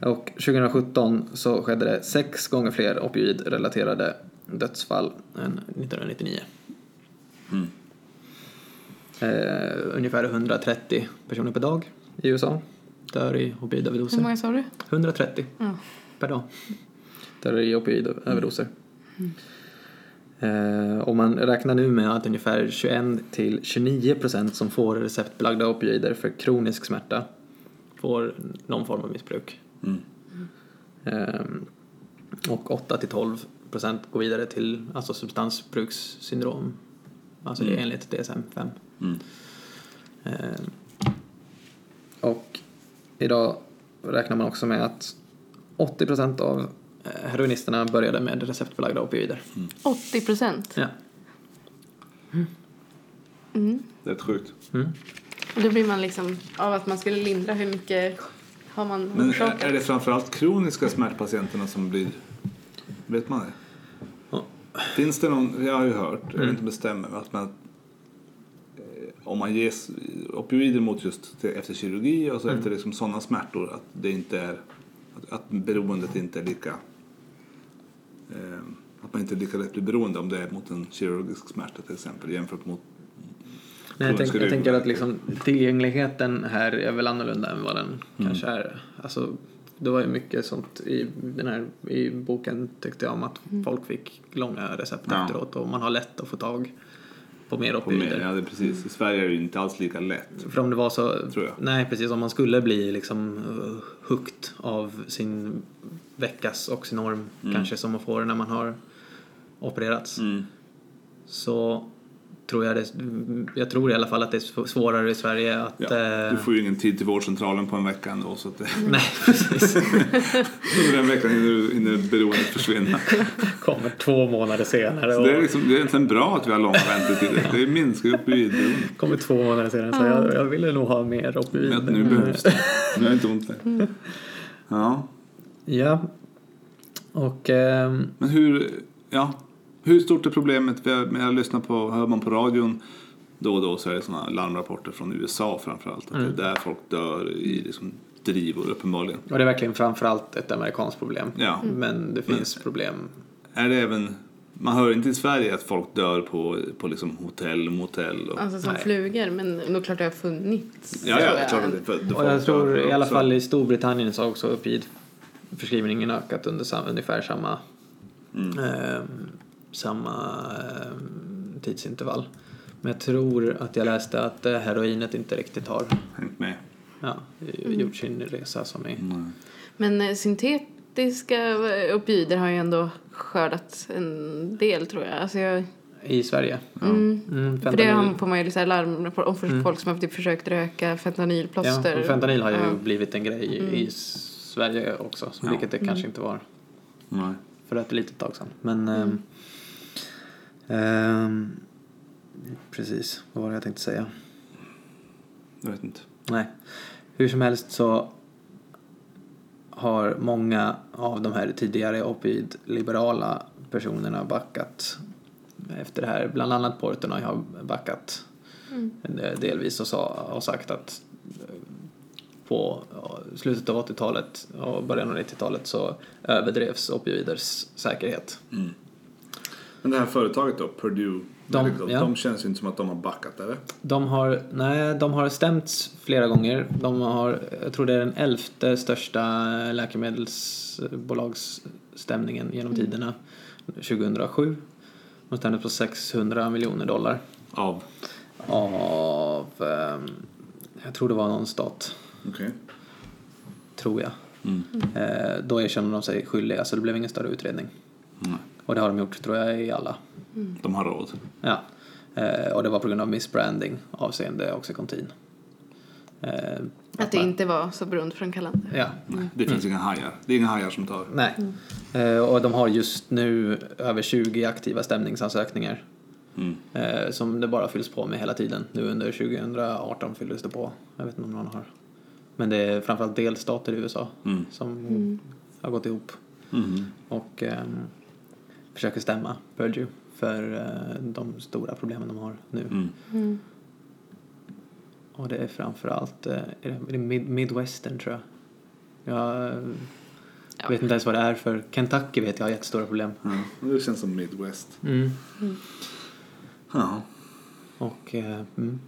Speaker 4: Och 2017 så skedde det sex gånger fler opioidrelaterade dödsfall än 1999.
Speaker 1: Mm.
Speaker 4: Eh, ungefär 130 personer per dag i USA dör i
Speaker 3: Hur
Speaker 4: opioidöverdoser.
Speaker 3: många sa du?
Speaker 4: 130
Speaker 3: Ja.
Speaker 4: per dag dör i opioidöverdoser.
Speaker 3: Mm.
Speaker 4: Eh, och man räknar nu med att ungefär 21 till 29 procent som får receptbelagda opioider för kronisk smärta får någon form av missbruk.
Speaker 1: Mm.
Speaker 4: Ehm, Och 8-12 procent går vidare till alltså substansbrukssyndrom. Alltså det är enligt DSM-5.
Speaker 1: Mm.
Speaker 4: Ehm, Och idag räknar man också med att 80 procent av eh, heroinisterna började med receptbelagda opioider.
Speaker 3: 80 procent.
Speaker 4: Ja.
Speaker 3: Mm.
Speaker 1: Det är rätt sjukt.
Speaker 4: Mm.
Speaker 3: Och då blir man liksom av att man skulle lindra hur mycket har man
Speaker 1: Men eh, är, är
Speaker 3: orsakat?
Speaker 1: det framförallt kroniska smärtpatienterna som blir... Vet man det?
Speaker 4: Ja.
Speaker 1: Finns det någon... Jag har ju hört, jag vet inte om det stämmer, men att man... eh, Om man ges opioider mot just till, efter kirurgi och så efter liksom sådana smärtor att det inte är... Att, att beroendet inte är lika... Eh, att man inte är lika lätt blir beroende om det är mot en kirurgisk smärta till exempel jämfört mot...
Speaker 4: Nej, jag, tänk,
Speaker 1: Kroniska
Speaker 4: jag tänker att
Speaker 1: ryggverk.
Speaker 4: liksom, tillgängligheten här är väl annorlunda än vad den kanske är. Alltså, det var ju mycket sånt i, den här, i boken tyckte jag om att folk fick långa recept
Speaker 1: Ja.
Speaker 4: efteråt och man har lätt att få tag på mer
Speaker 1: På mer,
Speaker 4: opioider.
Speaker 1: ja, det är precis. I Sverige är det ju inte alls lika lätt.
Speaker 4: För om det var så,
Speaker 1: Tror jag.
Speaker 4: nej precis, om man skulle bli liksom eh, hooked av sin veckas oxynorm kanske som man får när man har opererats så tror jag det, jag tror i alla fall att det är sv- svårare i Sverige att...
Speaker 1: Ja,
Speaker 4: eh,
Speaker 1: du får ju ingen tid till vårdcentralen på en vecka ändå så att det,
Speaker 4: (laughs)
Speaker 1: (laughs)
Speaker 4: Nej, precis.
Speaker 1: under den veckan hinner du- hinner beroendet försvinna.
Speaker 4: (laughs) Kommer två månader senare
Speaker 1: Så det, är
Speaker 4: och
Speaker 1: liksom, det är egentligen bra att vi har långa väntetider. Det minskar ju opioidberoendet.
Speaker 4: kommer två månader senare så jag, jag ville nog ha mer
Speaker 1: Men att
Speaker 4: opioid.
Speaker 1: nu behövs det. Nu har jag inte ont längre. Ja,
Speaker 4: Ja. Och ehm,
Speaker 1: men hur, ja, hur stort är problemet? Vi har- men Jag lyssnar på, hör man på radion
Speaker 4: Mm.
Speaker 1: då och då så är det sådana larmrapporter från USA framförallt. Att det är där folk dör i liksom drivor uppenbarligen.
Speaker 4: Och det är verkligen framförallt ett amerikanskt problem.
Speaker 1: Ja.
Speaker 4: Men det finns problem.
Speaker 1: Är det även, man hör inte i Sverige att folk dör på, på liksom hotell, motell och...
Speaker 3: Alltså som
Speaker 4: Nej.
Speaker 3: flugor, men nog klart det har funnits.
Speaker 1: Ja,
Speaker 3: tror
Speaker 1: ja,
Speaker 3: jag.
Speaker 1: klart att det, för, det
Speaker 4: Och jag
Speaker 1: folk
Speaker 4: tror
Speaker 1: dör
Speaker 4: i alla
Speaker 1: också.
Speaker 4: fall i Storbritannien så har också opioidförskrivningen ökat under sam, ungefär samma,
Speaker 1: Mm.
Speaker 4: ehm, samma ehm, tidsintervall. Men jag tror att jag läste att eh, heroinet inte riktigt har
Speaker 1: Hängt med.
Speaker 4: ja,
Speaker 3: Mm.
Speaker 4: gjort sin resa som är...
Speaker 3: Men eh, syntetiska eh, opioider har ju ändå skördat en del, tror jag. Alltså jag
Speaker 4: I Sverige.
Speaker 3: mm.
Speaker 4: Mm,
Speaker 3: För det
Speaker 4: fentanyl- Mm.
Speaker 3: har- får man ju liksom larmrapport om för folk som har typ försökt röka fentanylplåster.
Speaker 4: Ja, och fentanyl har ju
Speaker 3: Ja. Mm.
Speaker 4: blivit en grej i- i Sverige också, så
Speaker 1: Ja.
Speaker 4: vilket det kanske inte var
Speaker 1: Nej.
Speaker 4: för ett litet tag sedan. Men... ehm, ehm, precis, vad var det jag tänkte säga?
Speaker 1: Jag vet inte.
Speaker 4: Nej. Hur som helst så har många av de här tidigare opioid-liberala personerna backat efter det här. Bland annat Portnoy har backat eh, delvis och, sa, och sagt att eh, på eh, slutet av 80-talet och början av 90-talet så överdrevs opioiders säkerhet.
Speaker 1: Men det här företaget då, Purdue,
Speaker 4: De-
Speaker 1: Medical,
Speaker 4: ja.
Speaker 1: de känns ju inte som att de har backat eller?
Speaker 4: De har, nej, de har stämts flera gånger. De har, jag tror det är den elfte största läkemedelsbolagsstämningen genom
Speaker 3: Mm.
Speaker 4: tiderna. 2007. De stämdes på 600 miljoner dollar.
Speaker 1: Av?
Speaker 4: Av, ehm, jag tror det var någon stat,
Speaker 1: Okej.
Speaker 4: tror jag.
Speaker 1: Mm.
Speaker 3: Mm.
Speaker 4: Eh, då erkände de sig skyldiga så det blev ingen större utredning.
Speaker 1: Nej.
Speaker 4: Och det har de gjort tror jag i alla.
Speaker 1: De har råd.
Speaker 4: Ja. Eh, och det var på grund av missbranding avseende Oxycontin. Eh,
Speaker 3: Att det inte var så beroendeframkallande.
Speaker 4: Ja,
Speaker 1: Nej. Det finns inga hajar. Det är inga hajar som tar.
Speaker 4: nej. Eh, och de har just nu över 20 aktiva stämningsansökningar.
Speaker 1: Mm.
Speaker 4: Eh, som det bara fylls på med hela tiden. Nu under 2018 fylldes det på. Jag vet inte om någon har. Men det är framförallt delstater i USA
Speaker 1: Mm.
Speaker 4: som har gått ihop
Speaker 1: Mhm.
Speaker 4: och ehm, försöker stämma Purdue för eh, de stora problemen de har nu.
Speaker 1: Mm.
Speaker 4: Och det är framförallt eh, är det- är det mid- Midwestern tror jag. Jag eh,
Speaker 3: Ja.
Speaker 4: vet inte ens vad det är för Kentucky vet jag har jättestora problem.
Speaker 1: Ja. Det känns som Midwest.
Speaker 4: Mm.
Speaker 1: Ja.
Speaker 4: Och... Eh, mm.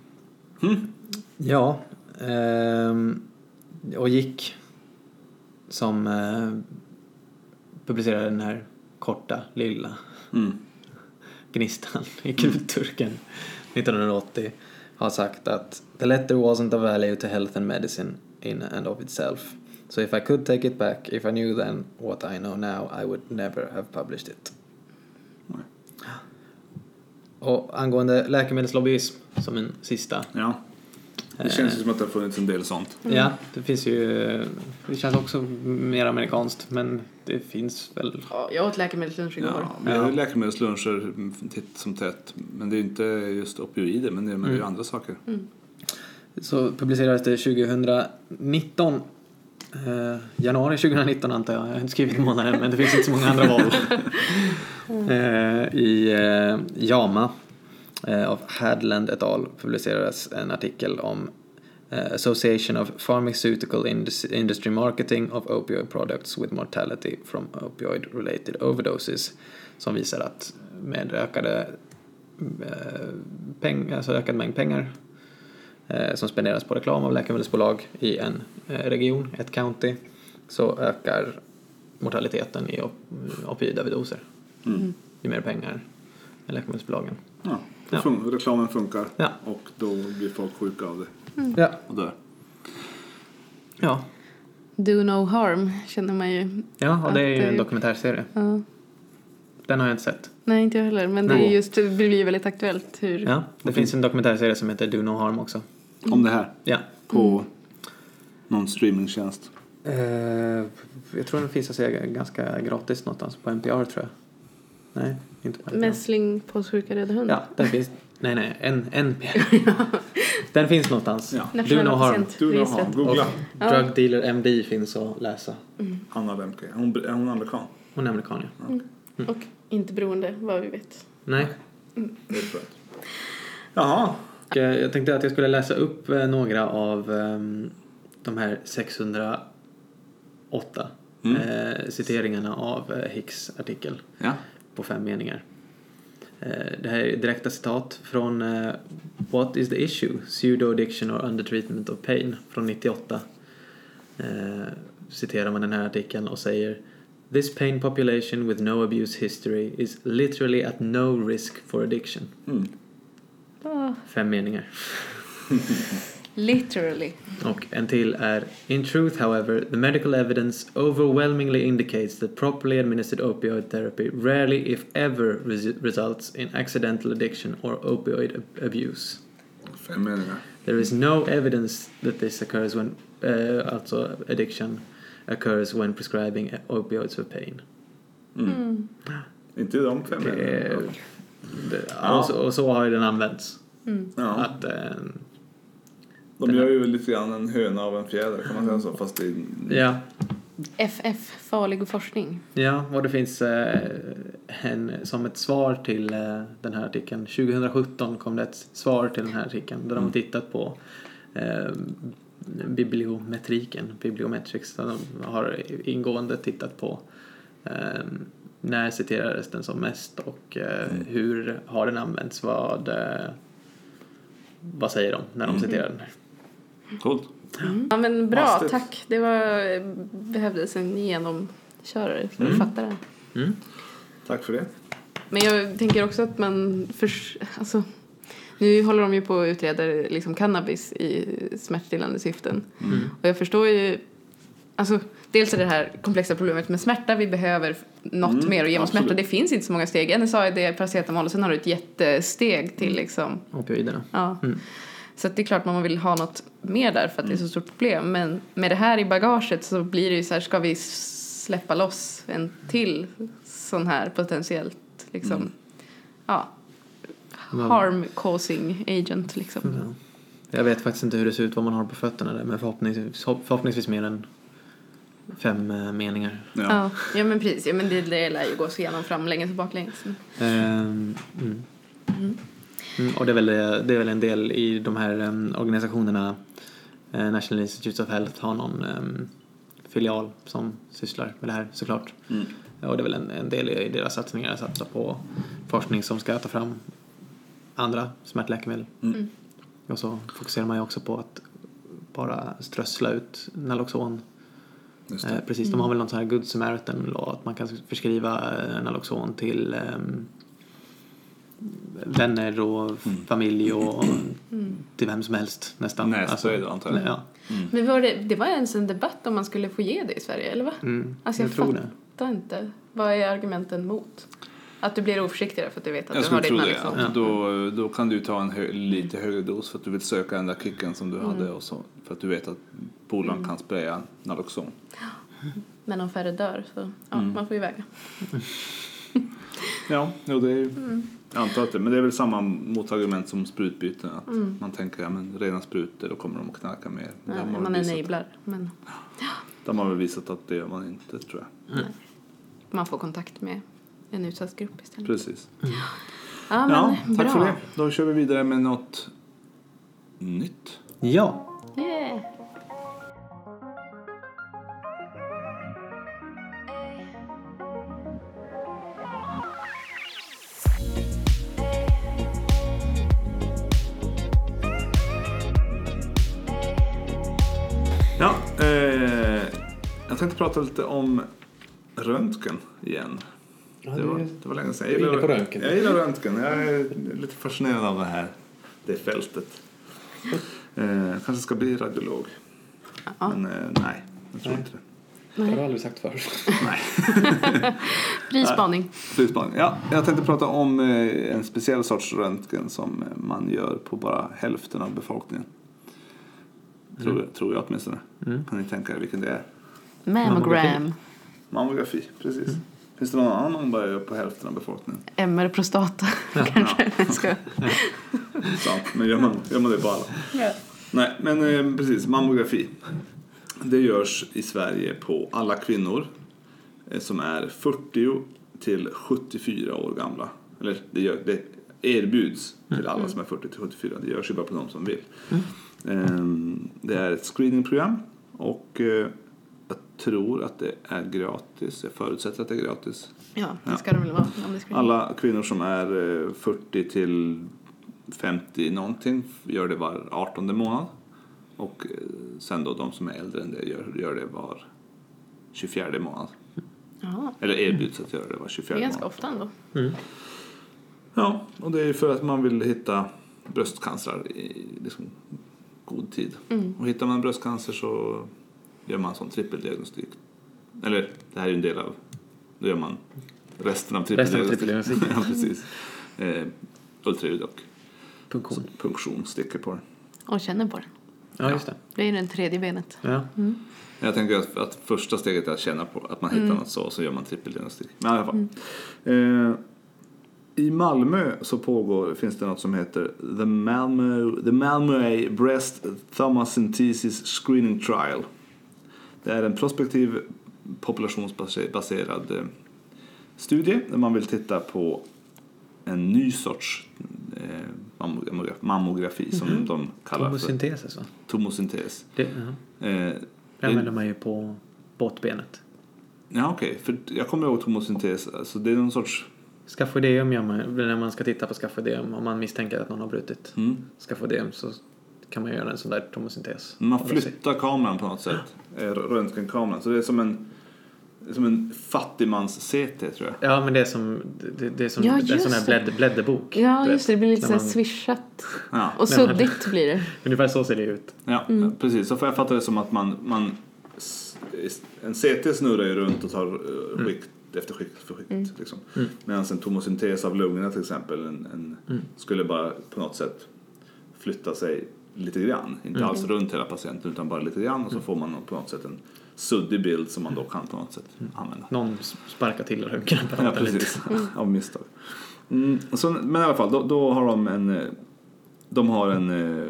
Speaker 4: Ja. ehm, och gick som eh, publicerade den här korta, lilla
Speaker 1: Mm.
Speaker 4: gnistan i kulturken 1980 har sagt att the letter wasn't of value to health and medicine in and of itself. So if I could take it back, if I knew then what I know now, I would never have published it.
Speaker 1: Nej.
Speaker 4: Och angående läkemedelslobbyism som en sista. eh,
Speaker 1: Ja. Det känns ju som att det har funnits en del sånt.
Speaker 4: Ja, det finns ju... Det känns också mer amerikanskt, men det finns väl...
Speaker 3: Ja, jag åt läkemedelslunch igår.
Speaker 1: Ja, vi har ju läkemedelsluncher mm, titt som tätt. Men det är ju inte just opioider, men det, men
Speaker 4: Mm.
Speaker 1: det är ju andra saker.
Speaker 4: Så publicerades det 2019. Eh, januari 2019 antar jag. Jag har inte skrivit månaden men det finns inte så många andra val. Eh, I eh, JAMA eh, av Hadland et al. publicerades en artikel om eh, Association of Pharmaceutical Indus- Industry Marketing of Opioid Products with Mortality from Opioid Related Overdoses som visar att med ökade eh, peng, alltså ökad mängd pengar eh, som spenderas på reklam av läkemedelsbolag i en eh, region, ett county, så ökar mortaliteten i op- opioidöverdoser. Ju mer pengar läkemedelsbolagen.
Speaker 1: Ja.
Speaker 4: Mm. Ja.
Speaker 1: Fun- reklamen funkar
Speaker 4: Ja.
Speaker 1: och då blir folk sjuka av det
Speaker 3: Mm.
Speaker 4: Ja.
Speaker 1: och dör.
Speaker 4: ja.
Speaker 3: Do no harm känner man ju.
Speaker 4: Ja, och det är ju
Speaker 3: Att, eh,
Speaker 4: en dokumentärserie.
Speaker 3: Ja.
Speaker 4: Den har jag inte sett.
Speaker 3: Nej, inte jag heller. Men det, är
Speaker 4: Nej.
Speaker 3: just, det blir ju väldigt aktuellt hur...
Speaker 4: Ja, det finns en dokumentärserie som heter Do No Harm också.
Speaker 1: Om det här
Speaker 4: Ja.
Speaker 1: på
Speaker 4: Mm.
Speaker 1: någon streamingtjänst.
Speaker 4: Eh, jag tror den finns att se ganska gratis någonstans på NPR tror jag. Nej, inte på NPR.
Speaker 3: Mässling, påssjuka, röda hund.
Speaker 4: Ja, den finns. Nej, nej, en, en.
Speaker 1: (laughs)
Speaker 4: Den finns någonstans.
Speaker 1: Ja.
Speaker 4: Do No
Speaker 3: Nationella
Speaker 4: Harm.
Speaker 1: Du nu har
Speaker 3: patientregistret.
Speaker 1: googla.
Speaker 4: Och Drug Dealer MD finns att läsa.
Speaker 1: Hanna Lemke. Är hon, är hon amerikan?
Speaker 4: Hon är amerikan, ja.
Speaker 3: Och inte beroende, vad vi vet.
Speaker 4: Nej.
Speaker 1: Det är skönt. Jaha.
Speaker 4: Och, eh, Jag tänkte att jag skulle läsa upp eh, några av ehm, de här 608
Speaker 1: Mm.
Speaker 4: eh, citeringarna av eh, Hicks artikel
Speaker 1: Ja.
Speaker 4: på fem meningar. Eh, Det här är direkta citat från eh, What is the issue? Pseudo-addiction or undertreatment of pain från 98. Eh, Citerar man den här artikeln och säger This pain population with no abuse history is literally at no risk for addiction.
Speaker 1: Mm.
Speaker 3: Ah,
Speaker 4: Fem meningar.
Speaker 3: literally.
Speaker 4: Och en till är In truth however, the medical evidence overwhelmingly indicates that properly administered opioid therapy rarely if ever res- results in accidental addiction or opioid ab- abuse.
Speaker 1: Fem meningar.
Speaker 4: There is no evidence that this occurs when, eh, alltså addiction occurs when prescribing opioids for pain.
Speaker 1: Mm.
Speaker 3: Mm.
Speaker 1: Inte de fem
Speaker 4: Det är,
Speaker 1: meningarna.
Speaker 4: det,
Speaker 1: Ja.
Speaker 4: och, så, och så har ju den använts.
Speaker 3: Mm.
Speaker 1: Ja.
Speaker 4: Att, eh,
Speaker 1: De gör ju lite grann en höna av en fjäder kan man säga så. Fast det,
Speaker 4: ja,
Speaker 3: FF, farlig forskning.
Speaker 4: Ja, och det finns eh, en, som ett svar till eh, den här artikeln. 2017 kom det ett svar till den här artikeln där de har
Speaker 1: Mm.
Speaker 4: tittat på eh, bibliometriken, bibliometrics, där de har ingående tittat på eh, när citerades den som mest och eh,
Speaker 1: Mm.
Speaker 4: hur har den använts, vad, eh, vad säger de när de
Speaker 1: Mm.
Speaker 4: citerar den? här?
Speaker 1: Coolt.
Speaker 3: Mm. Ja, men bra,
Speaker 1: Mastigt.
Speaker 3: tack. Det var, eh, behövdes en genomkörare för att
Speaker 1: Mm.
Speaker 3: fatta det.
Speaker 4: Mm.
Speaker 1: Tack för det.
Speaker 3: Men jag tänker också att man... Förs- alltså, nu håller de ju på att utreda liksom, cannabis i smärtstillande syften.
Speaker 4: Mm.
Speaker 3: Och jag förstår ju... Alltså, dels är det här komplexa problemet med smärta. Vi behöver något
Speaker 1: Mm,
Speaker 3: mer att ge mot smärta.
Speaker 1: absolut.
Speaker 3: Det finns inte så många steg. NSAID, paracetamol och sen har du ett jättesteg
Speaker 1: Mm.
Speaker 3: till liksom...
Speaker 4: Opioiderna.
Speaker 3: Ja.
Speaker 4: Mm.
Speaker 3: Så att det är klart man vill ha något mer där för att det är
Speaker 1: Mm.
Speaker 3: så stort problem. Men med det här i bagaget så blir det ju så här, ska vi släppa loss en till sån här potentiellt liksom,
Speaker 1: Mm.
Speaker 3: ja,
Speaker 4: Vad-
Speaker 3: harm causing agent
Speaker 1: Mm.
Speaker 3: liksom.
Speaker 4: Ja. Mm. Jag vet faktiskt inte hur det ser ut vad man har på fötterna där men förhoppningsvis, förhoppningsvis mer än fem eh, meningar.
Speaker 1: Ja.
Speaker 3: Ja. ja, men precis. Ja, men det, det lär ju gå så igenom framlänges och baklänges.
Speaker 4: Ehm, mm. Mm, och det är, väl, det är väl en del i de här em, organisationerna eh, National Institutes of Health har någon em, filial som sysslar med det här såklart.
Speaker 1: Mm.
Speaker 4: Och det är väl en, en del i deras satsningar att satsa på forskning som ska ta fram andra smärtläkemedel.
Speaker 1: Mm.
Speaker 4: Och så fokuserar man ju också på att bara strössla ut Naloxon.
Speaker 1: Just
Speaker 4: Eh,
Speaker 1: det.
Speaker 4: precis, de har väl någon sån här Good Samaritan law att man kan förskriva eh, Naloxon till ehm, vänner och familj och till vem som helst nästan. Alltså,
Speaker 1: Nässpray då antar jag.
Speaker 4: Eh, Ja.
Speaker 3: Men var det, det var ens en debatt om man skulle få ge det i Sverige, eller va?
Speaker 4: Mm,
Speaker 3: Alltså jag,
Speaker 4: jag, tror det.
Speaker 3: fattar inte. Vad är argumenten mot? Att du blir oförsiktigare för att du vet att
Speaker 1: Jag
Speaker 3: du har
Speaker 1: skulle
Speaker 3: ditt liksom.
Speaker 1: tro det.
Speaker 3: Naloxon.
Speaker 1: Ja. Då, då kan du ta en hö- lite högre dos för att du vill söka den där kicken som du hade och så, för att du vet att polaren kan spraya Naloxon.
Speaker 3: Men om färre dör så ja,
Speaker 1: Mm.
Speaker 3: man får ju väga.
Speaker 1: Ja, jo, det är ju...
Speaker 3: Mm.
Speaker 1: Jag antar att det, men det är väl samma motargument som sprutbyten. Att Man tänker ja, men rena sprutor, då kommer de att knarka mer. Men
Speaker 3: Mm. Ja,
Speaker 1: där har
Speaker 3: man
Speaker 1: väl visat-
Speaker 3: enablar, men
Speaker 1: där har man väl visat att det gör man inte, tror
Speaker 3: Mm.
Speaker 1: jag.
Speaker 3: man får kontakt med en utsatt grupp istället.
Speaker 1: Precis.
Speaker 3: Ja, men
Speaker 1: Ja,
Speaker 3: bra.
Speaker 1: tack för det. Då kör vi vidare med något nytt.
Speaker 4: Ja.
Speaker 3: Yeah.
Speaker 1: Ja, eh, jag tänkte prata lite om röntgen igen. Det var, det var länge sedan. Jag
Speaker 4: Du är
Speaker 1: gillar,
Speaker 4: inne på röntgen.
Speaker 1: jag gillar röntgen. Jag är lite fascinerad av det här, det fältet. Eh, jag kanske ska bli radiolog.
Speaker 3: Ja.
Speaker 1: Men eh, nej, jag tror
Speaker 4: Nej.
Speaker 1: inte det.
Speaker 4: Det har du aldrig sagt förr.
Speaker 1: Nej.
Speaker 3: Fri spaning.
Speaker 1: Frispark. Ja, jag tänkte prata om eh, en speciell sorts röntgen som eh, man gör på bara hälften av befolkningen. Tror, tror jag åtminstone. Kan ni tänka er vilken det är?
Speaker 3: Mammogram.
Speaker 1: Mammografi, precis. Finns det någon annan man bara gör på hälften av befolkningen?
Speaker 3: MR prostata (laughs) kanske. Ska.
Speaker 1: sant. Men gör man, gör man det på alla? Nej, men eh, precis. Mammografi. Det görs i Sverige på alla kvinnor eh, som är 40 till 74 år gamla. Eller det, gör, det erbjuds till alla som är 40 till 74. Det görs ju bara på de som vill. Eh, Det är Ehm, ett screeningprogram Och eh, jag tror att det är gratis. Jag förutsätter att det är gratis.
Speaker 3: Ja,
Speaker 1: Ja.
Speaker 3: det ska det väl vara. Om det ska
Speaker 1: Alla kvinnor som är eh, 40 till 50 någonting gör det var 18 månad. Och eh, sen då de som är äldre än det gör, gör det var 24 månad.
Speaker 3: Ja,
Speaker 1: Eller erbjuds att göra det var
Speaker 3: det
Speaker 1: 24
Speaker 3: är ganska
Speaker 1: månad.
Speaker 3: ofta ändå.
Speaker 1: Ja, och det är ju för att man vill hitta bröstcancer i liksom, god tid. Och hittar man bröstcancer så gör man sån trippeldiagnostik. Eller det här är ju en del av, då gör man resten av
Speaker 4: Resten av
Speaker 1: trippeldiagnostiken.
Speaker 4: trippeldiagnostik.
Speaker 1: (laughs) ja, precis. Eh, ultraljud och
Speaker 4: Funktion.
Speaker 1: punktion sticker på den.
Speaker 3: Och känner på den.
Speaker 4: Ja, just det.
Speaker 3: Det är den tredje benet.
Speaker 4: Ja.
Speaker 1: Jag tänker att, att första steget är att känna på att man hittar något så och så gör man trippeldiagnostik. Men i alla fall. Eh, I Malmö så pågår, finns det något som heter The Malmö, The Malmö Breast Thamasynthesis Screening Trial. Det är en prospektiv populationsbaserad eh, studie där man vill titta på en ny sorts eh, mammografi, mammografi som de kallar för
Speaker 4: Tomosyntes va?
Speaker 1: tomosyntes.
Speaker 4: Det, ja.
Speaker 1: Eh,
Speaker 4: det
Speaker 1: det-
Speaker 4: använder man ju på båtbenet.
Speaker 1: Ja, okej. För jag kommer ihåg tomosyntes. Alltså, det är någon sorts...
Speaker 4: Skaffoideum gör man när man ska titta på skaffoideum om man misstänker att någon har brutit
Speaker 1: Mm.
Speaker 4: skaffoideum så kan man göra en sån där tomosyntes.
Speaker 1: Man
Speaker 4: Och då se.
Speaker 1: flyttar kameran på något sätt. Eh, Röntgenkameran. Så det är som en, som en fattigmans-CT, tror jag.
Speaker 4: Ja men det är som, det, det är som
Speaker 3: Ja,
Speaker 4: en sån
Speaker 3: just
Speaker 4: här
Speaker 3: det.
Speaker 4: blädd, blädderbok.
Speaker 3: Ja,
Speaker 4: du vet.
Speaker 3: just det. Det blir lite
Speaker 4: När
Speaker 3: så här
Speaker 4: man-
Speaker 3: swishat.
Speaker 1: Ja,
Speaker 3: Och
Speaker 4: Nej, men-
Speaker 3: suddigt blir det.
Speaker 4: Ungefär så ser det ut.
Speaker 1: ja precis. Så får jag fatta det som att man... man s- en CT snurrar ju runt och tar eh, skikt efter skikt för skikt. Liksom. Medan en tomosyntes av lungorna till exempel en, en, skulle bara på något sätt flytta sig lite grann. Inte alls runt hela patienten utan bara lite grann och så får man på något sätt en suddig bild som man då kan på något sätt använda.
Speaker 4: Någon s- sparkar till
Speaker 1: Ja,
Speaker 4: röntgenapparaten lite.
Speaker 1: precis. (laughs) Av misstag. Mm, och så, men i alla fall, då, då har de en... eh, De har en... eh,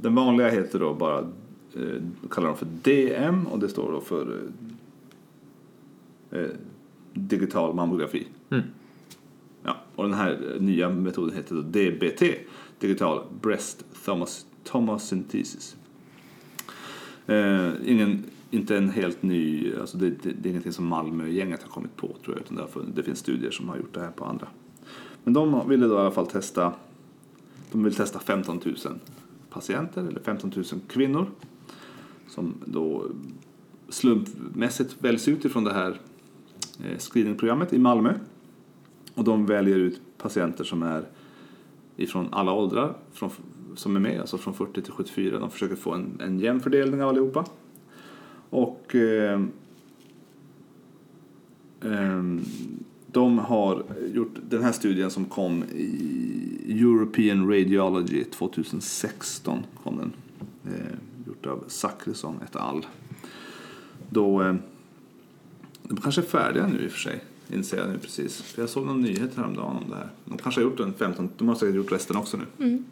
Speaker 1: Den vanliga heter då bara... eh, kallar de för DM och det står då för eh, eh, digital mammografi.
Speaker 4: Mm.
Speaker 1: Ja, och den här eh, nya metoden heter då DBT, digital breast thomas, tomosynthesis. Eh, ingen, inte en helt ny, alltså det, det, det är ingenting som Malmögänget har kommit på tror jag, utan det, har funnits, det finns studier som har gjort det här på andra. Men de ville då i alla fall testa, de vill testa 15 000 patienter, eller 15 000 kvinnor, som då slumpmässigt väljs ut ifrån det här eh, screeningprogrammet i Malmö. Och de väljer ut patienter som är ifrån alla åldrar från, som är med, alltså från 40 till 74. De försöker få en, en jämn fördelning av allihopa. Och eh, ehm, de har gjort den här studien som kom i European Radiology 2016. Kom den, eh, gjort av Zachrisson et al. Då, eh, de kanske är färdiga nu i och för sig. Inser jag nu precis. För jag såg någon nyhet häromdagen om det här. De kanske har gjort den 15, de har säkert gjort resten också nu.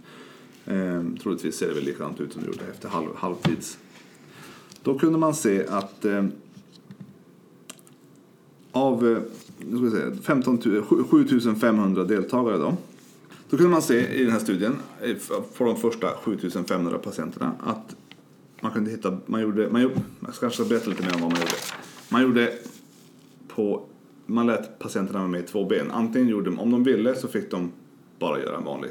Speaker 1: Ehm, troligtvis ser det väl likadant ut som det gjorde efter halv, halvtids. Då kunde man se att eh, av eh, nu ska vi se, 15, tu- sju- 7500 deltagare då, då kunde man se i den här studien, eh, f- för de första 7500 patienterna, att man kunde hitta, man gjorde, man gjorde, jag ska kanske berätta lite mer om vad man gjorde. Man gjorde på, man lät patienterna vara med i två ben. Antingen gjorde de, om de ville så fick de bara göra en vanlig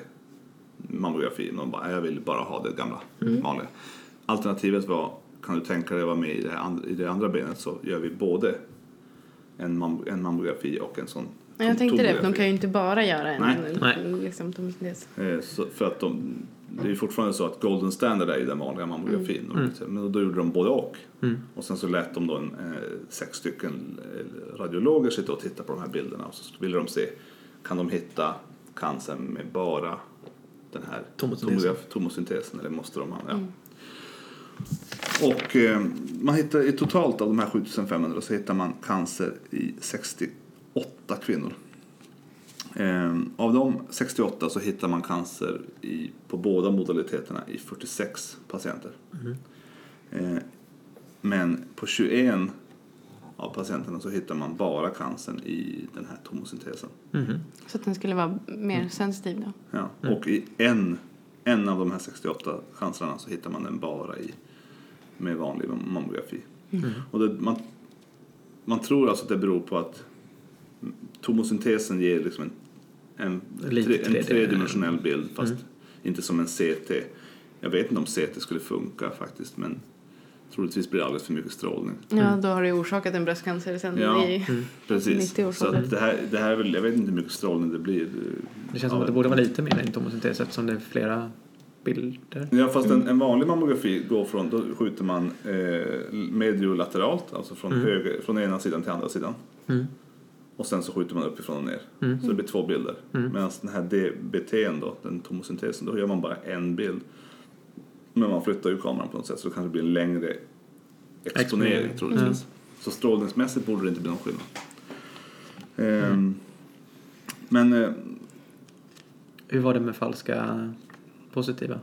Speaker 1: mammografi. De bara, jag vill bara ha det gamla
Speaker 3: Mm.
Speaker 1: vanliga. Alternativet var, kan du tänka dig att vara med i det, and- i det andra benet så gör vi både en, mam- en mammografi och en sån
Speaker 3: Ja, jag tänkte det. för De
Speaker 1: tomografi.
Speaker 3: kan ju inte bara göra en.
Speaker 1: Nej.
Speaker 4: Nej.
Speaker 3: Liksom, tomosyntes.
Speaker 1: Eh, Så, för att de, det är ju fortfarande så att Golden Standard är ju den vanliga mammografin. De- Men då gjorde de både och. Och sen så lät de då en, eh, sex stycken eh, radiologer sitta och titta på de här bilderna. Och så ville de se, kan de hitta cancer med bara den här
Speaker 4: Tomosyntesen.
Speaker 1: tomograf- tomosyntesen eller måste de ha, ja. Och eh, man hittar i totalt av de här 7500 så hittar man cancer i 68 kvinnor. Eh, av de 68 så hittar man cancer i, på båda modaliteterna i 46 patienter. Eh, men på 21 av patienterna så hittar man bara cancern i den här tomosyntesen.
Speaker 4: Mhm.
Speaker 3: Så att den skulle vara mer sensitiv då.
Speaker 1: Ja.
Speaker 4: Mm.
Speaker 1: Och i en, en av de här 68 chanserna så hittar man den bara i med vanlig mammografi.
Speaker 4: Mm.
Speaker 1: Och det, man, man tror alltså att det beror på att tomosyntesen ger liksom en, en,
Speaker 4: Lite Mm.
Speaker 1: tre, en
Speaker 4: 3D.
Speaker 1: tredimensionell bild fast inte som en CT. Jag vet inte om CT skulle funka faktiskt men troligtvis blir det alldeles för mycket strålning.
Speaker 3: Ja, då har det orsakat en bröstcancer sen
Speaker 1: Ja.
Speaker 3: i...
Speaker 4: Mm.
Speaker 1: Precis.
Speaker 3: 90 års
Speaker 1: Så
Speaker 3: ålder.
Speaker 1: att det här, det här är väl, jag vet inte hur mycket strålning det blir.
Speaker 4: Det känns som att det borde vara lite mer än tomosyntes eftersom det är flera bilder.
Speaker 1: Ja, fast
Speaker 4: Mm.
Speaker 1: en, en vanlig mammografi går från, då skjuter man eh, mediolateralt, alltså från, höger, från ena sidan till andra sidan.
Speaker 4: Mm.
Speaker 1: Och sen så skjuter man uppifrån och ner. Så det blir två bilder.
Speaker 4: Mm.
Speaker 1: Medan den här DBT då, den tomosyntesen, då gör man bara en bild. Men man flyttar ju kameran på något sätt så det kanske blir en längre exponering
Speaker 4: Exponering. Mm.
Speaker 1: troligtvis. Så strålningsmässigt borde det inte bli någon skillnad.
Speaker 4: Mm.
Speaker 1: Ehm, Men eh,
Speaker 4: Hur var det med falska positiva?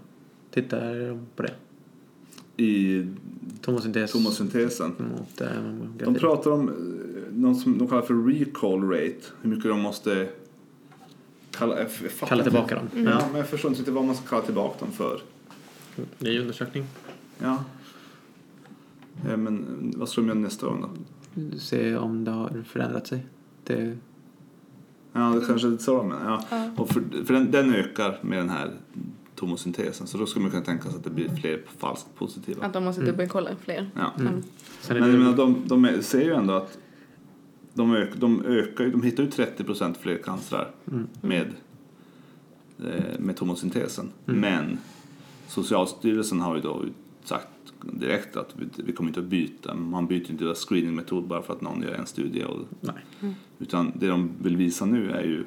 Speaker 4: Tittar de på det?
Speaker 1: i
Speaker 4: Tomosyntes
Speaker 1: tomosyntesen
Speaker 4: mot eh, mammografi.
Speaker 1: De pratar om eh, något som de kallar för recall rate. Hur mycket de måste kalla, jag fattar
Speaker 4: Kalla
Speaker 1: inte.
Speaker 4: tillbaka dem. Mm.
Speaker 1: Ja,
Speaker 4: Ja.
Speaker 1: men jag förstår inte riktigt vad man ska kalla tillbaka dem för.
Speaker 4: Ny undersökning.
Speaker 1: Ja. Eh, Men eh, vad ska de göra nästa gång då?
Speaker 4: Se om det har förändrat sig. Det,
Speaker 1: Ja, det kanske är lite så de menar. Ja. Och för, för den, den ökar med den här tomosyntesen. Så då skulle man kunna tänka sig att det blir fler falskt positiva.
Speaker 3: Att de måste dubbelkolla fler.
Speaker 1: Ja.
Speaker 3: Mm.
Speaker 4: sen är
Speaker 1: Men jag
Speaker 4: det,
Speaker 1: menar, de, de är- ser ju ändå att de, ök, de, ökar, ju- de hittar ju 30 fler cancrar
Speaker 4: Mm.
Speaker 1: med, eh, med
Speaker 4: Mm.
Speaker 1: tomosyntesen. Men Socialstyrelsen har ju då sagt direkt att vi, vi kommer inte att byta. Man byter inte deras screeningmetod bara för att någon gör en studie. Och,
Speaker 4: nej.
Speaker 1: utan det de vill visa nu är ju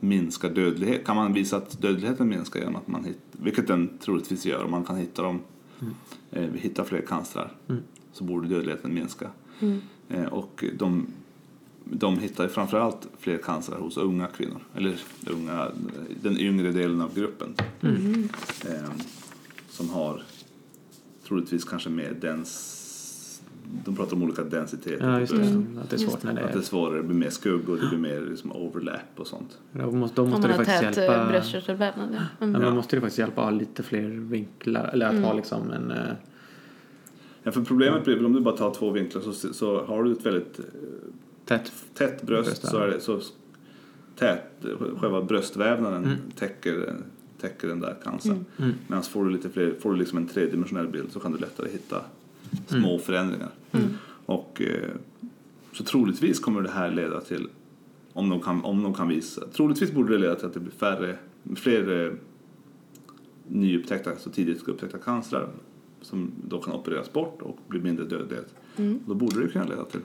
Speaker 1: minska dödlighet. Kan man visa att dödligheten minskar genom att man hittar, vilket den troligtvis gör, om man kan hitta dem,
Speaker 4: Mm.
Speaker 1: eh, hitta fler cancrar så borde dödligheten minska. Eh, och de, de hittar ju framförallt fler cancer hos unga kvinnor, eller unga, den yngre delen av gruppen.
Speaker 4: Mm.
Speaker 1: Eh, som har troligtvis kanske mer dens, de pratar om olika densiteter
Speaker 4: Ja,
Speaker 1: på
Speaker 4: just det.
Speaker 1: brösten.
Speaker 3: Mm.
Speaker 4: Att det är svårt när det
Speaker 1: Att det är
Speaker 4: är...
Speaker 1: svårare, det blir mer skuggor, det blir mer liksom overlap och sånt.
Speaker 4: Då måste, då måste
Speaker 3: Om man
Speaker 4: det
Speaker 3: har
Speaker 4: faktiskt
Speaker 3: tät eh,
Speaker 4: hjälpa...
Speaker 3: bröstkörtelvävnad. ja. Mm.
Speaker 4: Ja, men då måste det faktiskt hjälpa att ha lite fler vinklar. Eller att ha liksom en... eh,
Speaker 1: Ja, för problemet blir väl om du bara tar två vinklar så, så har du ett väldigt eh,
Speaker 4: Tätt.
Speaker 1: tätt bröst
Speaker 4: Bröst, ja.
Speaker 1: så är det så tät, eh, själva bröstvävnaden täcker, täcker den där cancern.
Speaker 4: Mm.
Speaker 1: Medan får du, lite fler, får du liksom en tredimensionell bild så kan du lättare hitta små
Speaker 4: Mm.
Speaker 1: förändringar. Och eh, så troligtvis kommer det här leda till, om de kan, om de kan visa, troligtvis borde det leda till att det blir färre, fler eh, nyupptäckta, så tidigt upptäckta cancrar som då kan opereras bort och bli mindre dödlighet.
Speaker 4: Mm.
Speaker 1: Då borde det kunna leda till,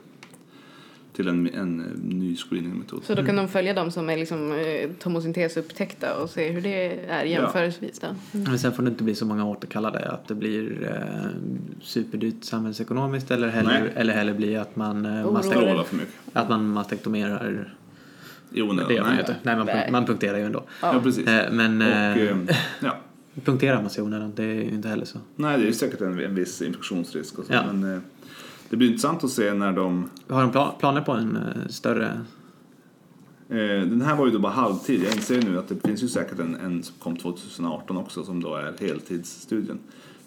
Speaker 1: till en, en eh, ny screeningmetod.
Speaker 3: Så då kan de följa de som är liksom eh, tomosyntesupptäckta och se hur det är jämförelsevis då. Mm.
Speaker 4: Men sen får det inte bli så många återkallade att det blir eh, superdyrt samhällsekonomiskt eller heller,
Speaker 1: Nej.
Speaker 4: eller heller blir att man, eh,
Speaker 3: Oro.
Speaker 4: mastek-
Speaker 1: Stråla för mycket.
Speaker 4: att man mastektomerar.
Speaker 1: I onödan.
Speaker 4: Det gör man ju
Speaker 1: Nej.
Speaker 4: inte. Nej, man,
Speaker 3: Nej.
Speaker 4: punk- man punkterar ju ändå.
Speaker 1: Ja, precis.
Speaker 4: Eh, men
Speaker 1: Och,
Speaker 4: eh,
Speaker 1: ehm, ja.
Speaker 4: punkterar man sig i onödan, det är ju inte heller så.
Speaker 1: Nej, det är ju säkert en, en viss infektionsrisk och så,
Speaker 4: Ja.
Speaker 1: men eh, det blir intressant att se när de...
Speaker 4: Har de pla- planer på en eh, större...
Speaker 1: Eh, den här var ju då bara halvtid. Jag inser nu att det finns ju säkert en, en som kom 2018 också som då är heltidsstudien.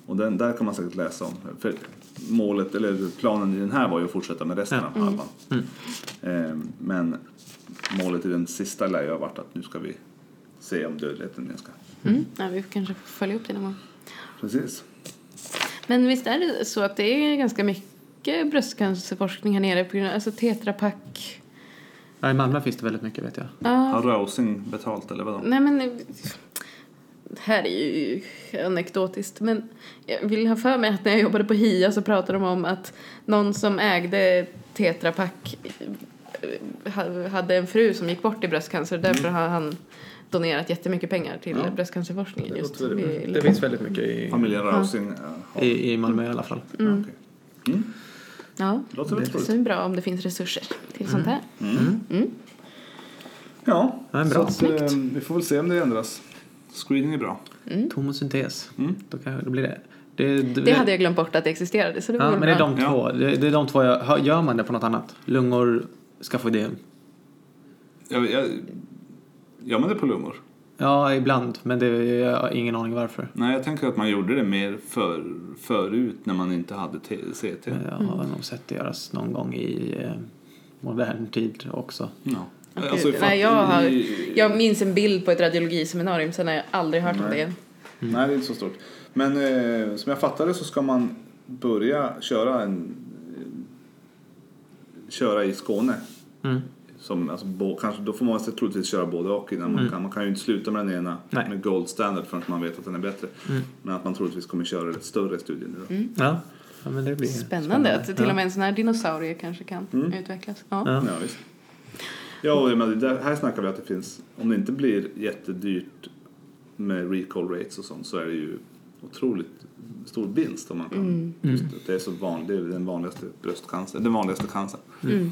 Speaker 1: Och den, där kan man säkert läsa om. För målet, eller planen i den här var ju att fortsätta med resten
Speaker 4: Ja. Mm.
Speaker 1: av halvan. Eh, men målet i den sista lär ju ha varit att nu ska vi se om dödligheten minskar.
Speaker 3: Mm. Ja, vi får kanske följa upp det någon gång.
Speaker 1: Precis.
Speaker 3: Men visst är det så att det är ganska mycket bröstcancerforskning här nere på grund av alltså Tetra Pak.
Speaker 4: Ja, I Malmö finns det väldigt mycket vet jag.
Speaker 3: Ja,
Speaker 1: Har Rausing betalt eller vadå?
Speaker 3: nej men eh, det här är ju anekdotiskt men jag vill ha för mig att när jag jobbade på HIA så pratade de om att någon som ägde Tetra Pak eh, ha- hade en fru som gick bort i bröstcancer och därför har han donerat jättemycket pengar till
Speaker 1: Ja.
Speaker 3: bröstcancerforskningen
Speaker 1: Det
Speaker 3: just
Speaker 1: låter väl-
Speaker 3: vid-
Speaker 4: Det finns väldigt mycket i,
Speaker 1: Familjen Rausing eh, har...
Speaker 4: i, i Malmö i alla fall.
Speaker 1: Ja, okej. Mm.
Speaker 3: Ja,
Speaker 1: Låter väl
Speaker 3: så
Speaker 1: troligt.
Speaker 3: är det bra om det finns resurser till
Speaker 4: Mm.
Speaker 3: sånt här.
Speaker 1: Ja,
Speaker 4: Ja, bra.
Speaker 1: så att, eh, vi får väl se om det ändras. Screening är bra.
Speaker 4: Tomosyntes. Då, kan, då blir det... Det,
Speaker 3: Mm. Det hade jag glömt bort att det existerade så det
Speaker 4: Ja,
Speaker 3: var
Speaker 4: men det är
Speaker 3: bra.
Speaker 4: de
Speaker 1: Ja.
Speaker 4: två. Det, det är de två jag, hör- gör man det på något annat? Lungor, ska få det.
Speaker 1: Jag, jag, gör man det på lungor?
Speaker 4: Ja, ibland. Men det, jag har ingen aning varför.
Speaker 1: Nej, jag tänker att man gjorde det mer för, förut när man inte hade T- CT.
Speaker 4: Men Jag har
Speaker 3: Mm.
Speaker 4: nog sett det göras någon gång i eh, modern tid också.
Speaker 1: Ja.
Speaker 3: Gud,
Speaker 1: Alltså,
Speaker 3: nej,
Speaker 1: fan,
Speaker 3: jag har-
Speaker 1: i-
Speaker 3: Jag minns en bild på ett radiologiseminarium, sen har jag aldrig hört om
Speaker 1: Nej.
Speaker 3: det igen.
Speaker 1: Nej, det är inte så stort. Men eh, som jag fattade så ska man börja köra en eh, köra i Skåne.
Speaker 4: Mm.
Speaker 1: Som, alltså, bo, kanske, då får man alltså, troligtvis köra både och innan man kan. Man kan ju inte sluta med den ena
Speaker 4: Mm. Nej. Mm.
Speaker 1: med gold standard förrän man vet att den är bättre. Men att man troligtvis kommer köra lite större studier nu då.
Speaker 4: Ja. ja, men det blir
Speaker 3: Spännande att till
Speaker 4: ja.
Speaker 3: och med en sån här dinosaurie kanske kan utvecklas. Ja.
Speaker 4: Ja.
Speaker 1: Ja, visst. Ja, och, men, där, här snackar vi att det finns, om det inte blir jättedyrt med recall rates och sånt så är det ju otroligt stor vinst om man kan. Just
Speaker 4: Mm.
Speaker 1: att det är så vanligt, det är den vanligaste bröstcancern, den vanligaste cancern.
Speaker 3: Mm.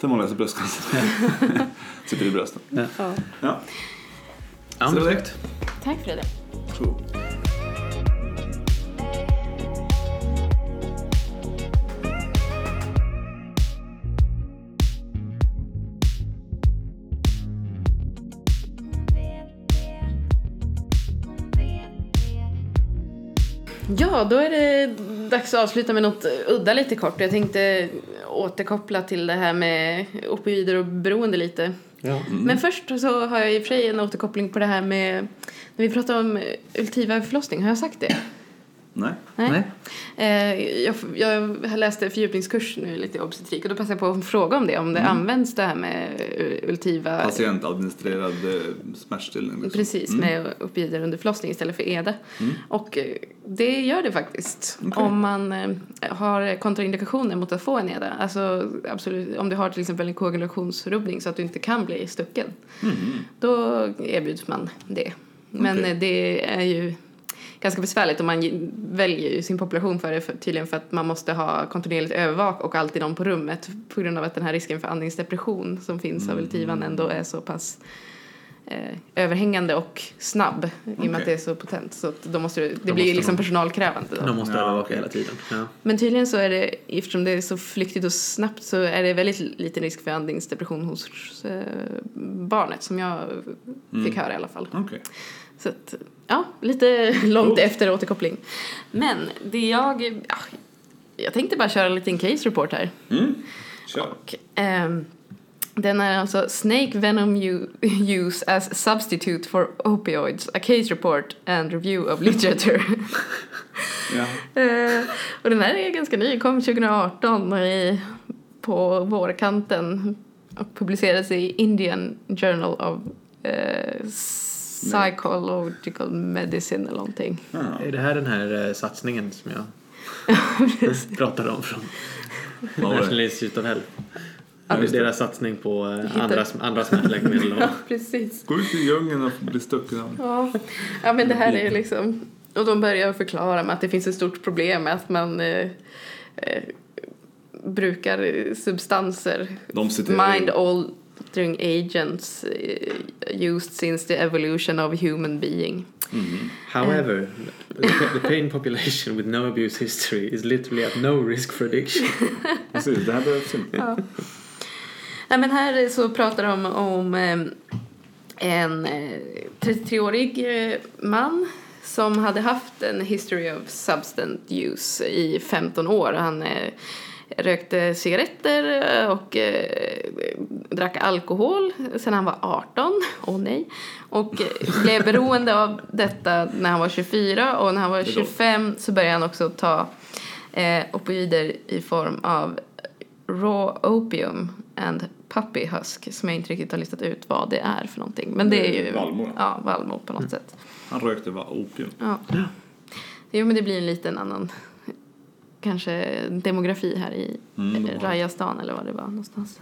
Speaker 1: Den vanligaste
Speaker 4: (laughs)
Speaker 1: bröstcancern sitter i brösten.
Speaker 3: Ja.
Speaker 1: Ja,
Speaker 4: Ja,
Speaker 1: Så det var
Speaker 4: perfekt.
Speaker 3: Tack Frida.
Speaker 1: cool.
Speaker 3: Ja, då är det dags att avsluta med något udda lite kort. Jag tänkte återkoppla till det här med opioider och beroende lite.
Speaker 4: Ja.
Speaker 3: Men först så har jag i och för sig en återkoppling på det här med när vi pratade om ultiva förlossning. Har jag sagt det?
Speaker 1: Nej.
Speaker 4: Nej.
Speaker 3: Eh, Jag, jag läste fördjupningskurs nu lite i obstetrik och då passade jag på att fråga om det, om det används det här med eh, ultiva...
Speaker 1: Patientadministrerad eh, smärtstillning. Liksom. Mm.
Speaker 3: Precis, med opioider under förlossning istället för EDA. Och eh, det gör det faktiskt.
Speaker 1: Okej.
Speaker 3: Om man eh, har kontraindikationer mot att få en EDA. Alltså absolut, om du har till exempel en koagulationsrubbning så att du inte kan bli stucken. Då erbjuds man det. Men
Speaker 1: Mm. Okej.
Speaker 3: eh, det är ju ganska besvärligt och man ge- väljer ju sin population för det för, tydligen för att man måste ha kontinuerligt övervak och alltid någon på rummet på grund av att den här risken för andningsdepression som finns
Speaker 1: Mm.
Speaker 3: av Ultivan ändå är så pass eh, överhängande och snabb i och med
Speaker 1: Okej.
Speaker 3: att det är så potent. Så att då måste det, det
Speaker 4: måste
Speaker 3: blir liksom
Speaker 4: de-
Speaker 3: personalkrävande. Då.
Speaker 4: De måste
Speaker 1: Ja.
Speaker 4: övervaka hela tiden. Ja.
Speaker 3: Men tydligen så är det, eftersom det är så flyktigt och snabbt så är det väldigt liten risk för andningsdepression hos eh, barnet som jag fick höra i alla fall.
Speaker 1: Okej.
Speaker 3: Så att, ja, lite (laughs) långt
Speaker 1: Coolt.
Speaker 3: efter återkoppling. Men det jag, ja, jag tänkte bara köra en liten case report här.
Speaker 1: Mm. Kör.
Speaker 3: Och, ehm, den är alltså Snake Venom u- Use as Substitute for Opioids, A Case Report and Review of Literature. (laughs)
Speaker 1: Ja.
Speaker 3: Eh, och den här är ganska ny, kom 2018 i, på vårkanten och publicerades i Indian Journal of eh, Psychological Medicine eller någonting.
Speaker 1: Ja.
Speaker 4: Är det här den här eh, satsningen som
Speaker 3: (laughs)
Speaker 4: jag pratade om från
Speaker 1: var det?
Speaker 4: National Institute of Health?
Speaker 1: Ja, just det.
Speaker 4: Deras satsning på eh,
Speaker 3: Hittar-
Speaker 4: andra, andra smärtläkemedel. och-
Speaker 3: (laughs) Ja, precis.
Speaker 1: Gå ut i djungeln och bli stucken av
Speaker 3: Ja. ja, men det här är liksom... Och de börjar förklara med att det finns ett stort problem med att man eh, eh, brukar eh, substanser.
Speaker 1: De citerar ju-
Speaker 3: Mind altering agents eh, used since the evolution of human being.
Speaker 4: However, the pain population with no abuse history is literally at no risk for addiction. (laughs)
Speaker 1: Precis, det här behövs inte.
Speaker 3: Nej, men här så pratar de om eh, en eh, 33-årig eh, man som hade haft en history of substance use i 15 år. Han eh, rökte cigaretter och eh, drack alkohol sen han var 18. Åh nej. Och eh, blev beroende av detta när han var 24 och när han var
Speaker 1: är dåligt.
Speaker 3: 25 så började han också ta eh, opioider i form av raw opium and puppy husk som jag inte riktigt har listat ut vad det är för någonting. Men det är ju
Speaker 1: Valmo.
Speaker 3: Ja, valmo Mm. på något sätt.
Speaker 1: Han rökte va- opium.
Speaker 3: Ja. Jo, men det blir en liten annan kanske demografi här i
Speaker 1: Mm, de
Speaker 3: eh,
Speaker 1: har-
Speaker 3: Rajasthan eller vad det var någonstans.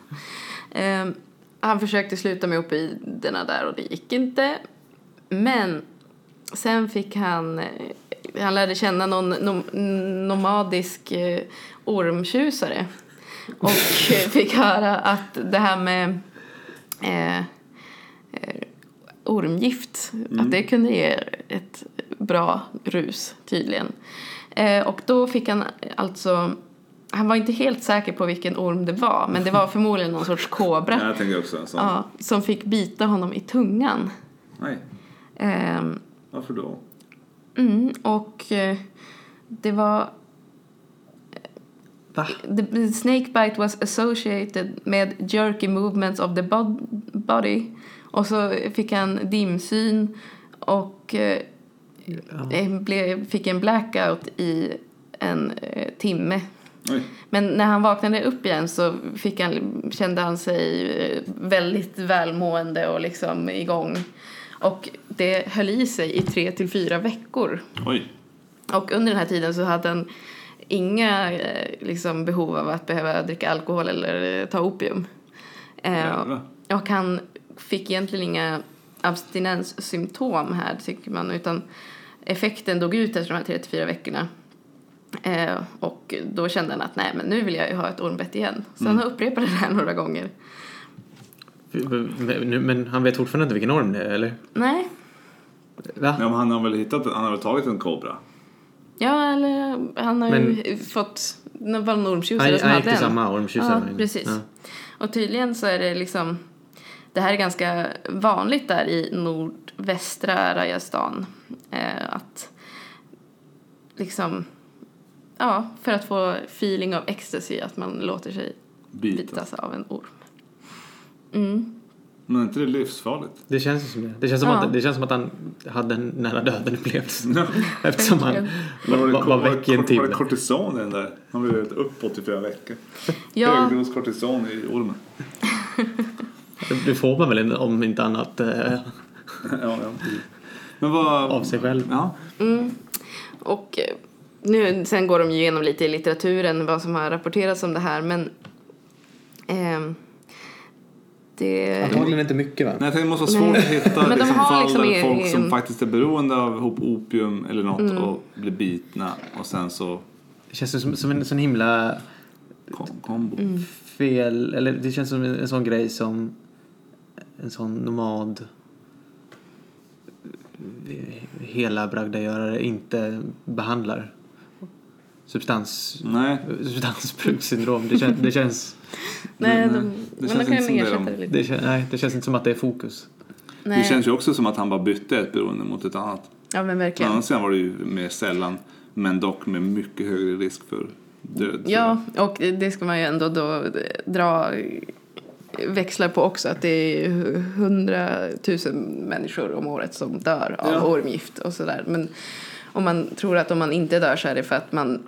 Speaker 3: Ehm, han försökte sluta med opioiderna där och det gick inte. Men sen fick han, eh, han lärde känna någon nom, nomadisk eh, ormtjusare och eh, fick höra att det här med eh, eh, ormgift. Att det kunde ge ett bra rus tydligen. Eh, och då fick han alltså, han var inte helt säker på vilken orm det var men det var förmodligen någon sorts kobra
Speaker 1: Ja, jag tänker också en sån.
Speaker 3: ja, som fick bita honom i tungan.
Speaker 1: Nej,
Speaker 3: Ehm,
Speaker 1: varför då?
Speaker 3: mm, och eh, det var...
Speaker 4: Va?
Speaker 3: The, the snake bite was associated med jerky movements of the bod- body. Och så fick han dimsyn och eh,
Speaker 4: Ja.
Speaker 3: eh, blev, fick en blackout i en eh, timme.
Speaker 1: Oj.
Speaker 3: Men när han vaknade upp igen så fick han, kände han sig eh, väldigt välmående och liksom igång. Och det höll i sig i tre till fyra veckor.
Speaker 1: Oj.
Speaker 3: Och under den här tiden så hade han inga eh, liksom, behov av att behöva dricka alkohol eller eh, ta opium. Eh,
Speaker 1: Jävlar.
Speaker 3: och han fick egentligen inga abstinenssymptom här tycker man utan effekten dog ut efter de här 34 veckorna. Eh, och då kände han att nej men nu vill jag ju ha ett ormbett igen. Så
Speaker 4: Mm.
Speaker 3: han upprepade det här några gånger.
Speaker 4: Men- Men han vet fortfarande inte vilken orm det är, eller?
Speaker 3: Nej,
Speaker 4: Va?
Speaker 1: Ja, men han har väl hittat, han har väl tagit en kobra?
Speaker 3: ja eller han har ju
Speaker 4: Men-
Speaker 3: fått, det var en ormtjusare
Speaker 4: Han,
Speaker 3: som
Speaker 4: han gick
Speaker 3: hade
Speaker 4: till
Speaker 3: en.
Speaker 4: samma ormtjusare.
Speaker 3: Ja, precis. Och tydligen så är det liksom, det här är ganska vanligt där i nordvästra Rajasthan. Eh, att liksom, ja, för att få feeling of ecstasy, att man låter sig
Speaker 1: Bitas.
Speaker 3: bitas av en orm. Mm.
Speaker 1: Men är inte det livsfarligt?
Speaker 4: Det känns ju som det. Det känns som,
Speaker 3: Ja.
Speaker 4: att, det känns som att han hade en nära döden upplevelse. Eftersom han
Speaker 3: verkligen.
Speaker 4: var, var, var
Speaker 1: det-
Speaker 4: väck i en
Speaker 1: var det
Speaker 4: timme.
Speaker 1: kortison i den där? Han blev helt uppåt i flera veckor.
Speaker 3: Ja,
Speaker 1: Högdos kortison i ormen. (laughs)
Speaker 4: Det får man väl inte, om inte annat eh,
Speaker 1: ja, ja. Men vad...
Speaker 4: av sig själv.
Speaker 1: Ja.
Speaker 3: mm. och eh, nu, sen går de ju igenom lite i litteraturen vad som har rapporterats om det här, men ehm, det...
Speaker 4: Antagligen inte mycket va?
Speaker 1: Nej, jag tänkte det måste vara svårt
Speaker 3: Nej.
Speaker 1: att
Speaker 3: (laughs)
Speaker 1: hitta
Speaker 3: de
Speaker 1: liksom,
Speaker 3: har
Speaker 1: fall
Speaker 3: liksom
Speaker 1: där
Speaker 3: i-
Speaker 1: folk
Speaker 3: i-
Speaker 1: som faktiskt är beroende av hop- opium eller något
Speaker 3: Mm.
Speaker 1: och blir bitna och sen så
Speaker 4: Det känns ju som, som en sån himla
Speaker 1: kom, kombo.
Speaker 3: Mm.
Speaker 4: fel, eller det känns som en, en sån grej som en sån nomad eh, hela bragdagörare inte behandlar. Substans,
Speaker 1: Nej,
Speaker 4: substansbrukssyndrom. Det, kän, det, känns,
Speaker 3: Nej,
Speaker 1: Nej,
Speaker 3: de,
Speaker 1: eh, det
Speaker 3: men
Speaker 1: känns
Speaker 3: de
Speaker 1: inte
Speaker 3: kan
Speaker 1: som det
Speaker 3: ersätta
Speaker 1: de-
Speaker 3: det lite.
Speaker 4: det, kän, nej, det känns inte som att det är fokus.
Speaker 3: Nej.
Speaker 1: det känns ju också som att han bara bytte ett beroende mot ett annat.
Speaker 3: Ja, men
Speaker 1: Men å
Speaker 3: verkligen.
Speaker 1: andra sidan var det ju mer sällan, men dock med mycket högre risk för död. tror jag.
Speaker 3: Ja, och det ska man ju ändå då dra växlar på också att det är hundratusen människor om året som dör av
Speaker 1: Ja.
Speaker 3: ormgift och sådär. Men om man tror att om man inte dör så är det för att man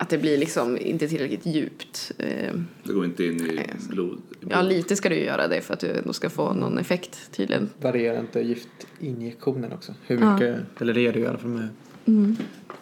Speaker 3: att det blir liksom inte tillräckligt djupt. Eh,
Speaker 1: Det går inte in i blod. i
Speaker 3: Ja,
Speaker 1: blod.
Speaker 3: lite ska du ju göra det för att du ändå ska få någon effekt tydligen.
Speaker 4: Varierar inte giftinjektionen också? Hur
Speaker 3: Ja.
Speaker 4: mycket, eller det gör det ju i alla fall med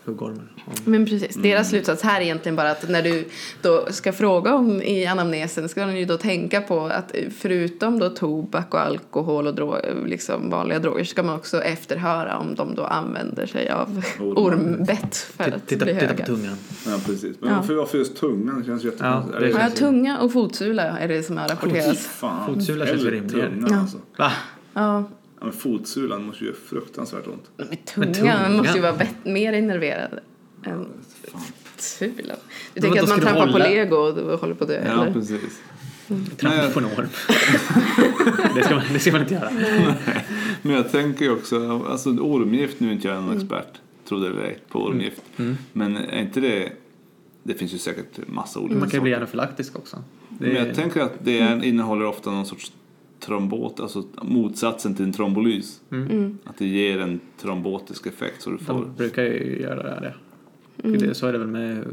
Speaker 4: huggormar.
Speaker 3: Men precis, deras
Speaker 4: Mm.
Speaker 3: slutsats här är egentligen bara att när du då ska fråga om i anamnesen ska du ju då tänka på att förutom då tobak och alkohol och dro- liksom vanliga droger ska man också efterhöra om de då använder sig av
Speaker 1: Orm.
Speaker 3: ormbett för
Speaker 4: Titta,
Speaker 3: att bli
Speaker 4: titta på
Speaker 3: höga.
Speaker 4: tungan.
Speaker 1: Ja, precis. Men
Speaker 3: Ja.
Speaker 1: varför, varför just tungan? Det känns ju jättekonstigt.
Speaker 4: Ja,
Speaker 1: Är det-
Speaker 4: det
Speaker 3: Ja, tunga och fotsula är det som har rapporterats.
Speaker 1: Fan,
Speaker 4: Fotsula känns ju
Speaker 1: hellre
Speaker 4: rimligare.
Speaker 1: tungan,
Speaker 3: Ja.
Speaker 1: Alltså.
Speaker 4: Va?
Speaker 3: Ja,
Speaker 1: Ja, men fotsulan måste ju göra fruktansvärt ont.
Speaker 3: men tungan,
Speaker 4: tungan.
Speaker 3: måste ju vara bet- mer innerverad än
Speaker 1: Fan.
Speaker 3: sulan. Du
Speaker 4: Men
Speaker 3: tänker
Speaker 4: då
Speaker 3: att man
Speaker 4: ska du
Speaker 3: trampar på
Speaker 4: hålla-
Speaker 3: lego och då håller på att dö?
Speaker 1: Ja,
Speaker 3: eller?
Speaker 1: precis.
Speaker 4: Trampa på en orm. (laughs) det, ska man, det ska man inte göra.
Speaker 1: Men jag tänker ju också, alltså ormgift, nu är inte jag
Speaker 4: Mm.
Speaker 1: någon expert, trodde eller ej, på ormgift. Men är inte det, det finns ju säkert massa olika
Speaker 4: Man kan ju
Speaker 1: sorter.
Speaker 4: bli anafylaktisk också. Det, Mm.
Speaker 1: Men jag tänker att det är, innehåller ofta någon sorts trombot, alltså motsatsen till en trombolys.
Speaker 3: Mm.
Speaker 1: Att det ger en trombotisk effekt så du får...
Speaker 4: Mm. de brukar ju göra det.
Speaker 3: Mm.
Speaker 4: det. Så är det väl med eh,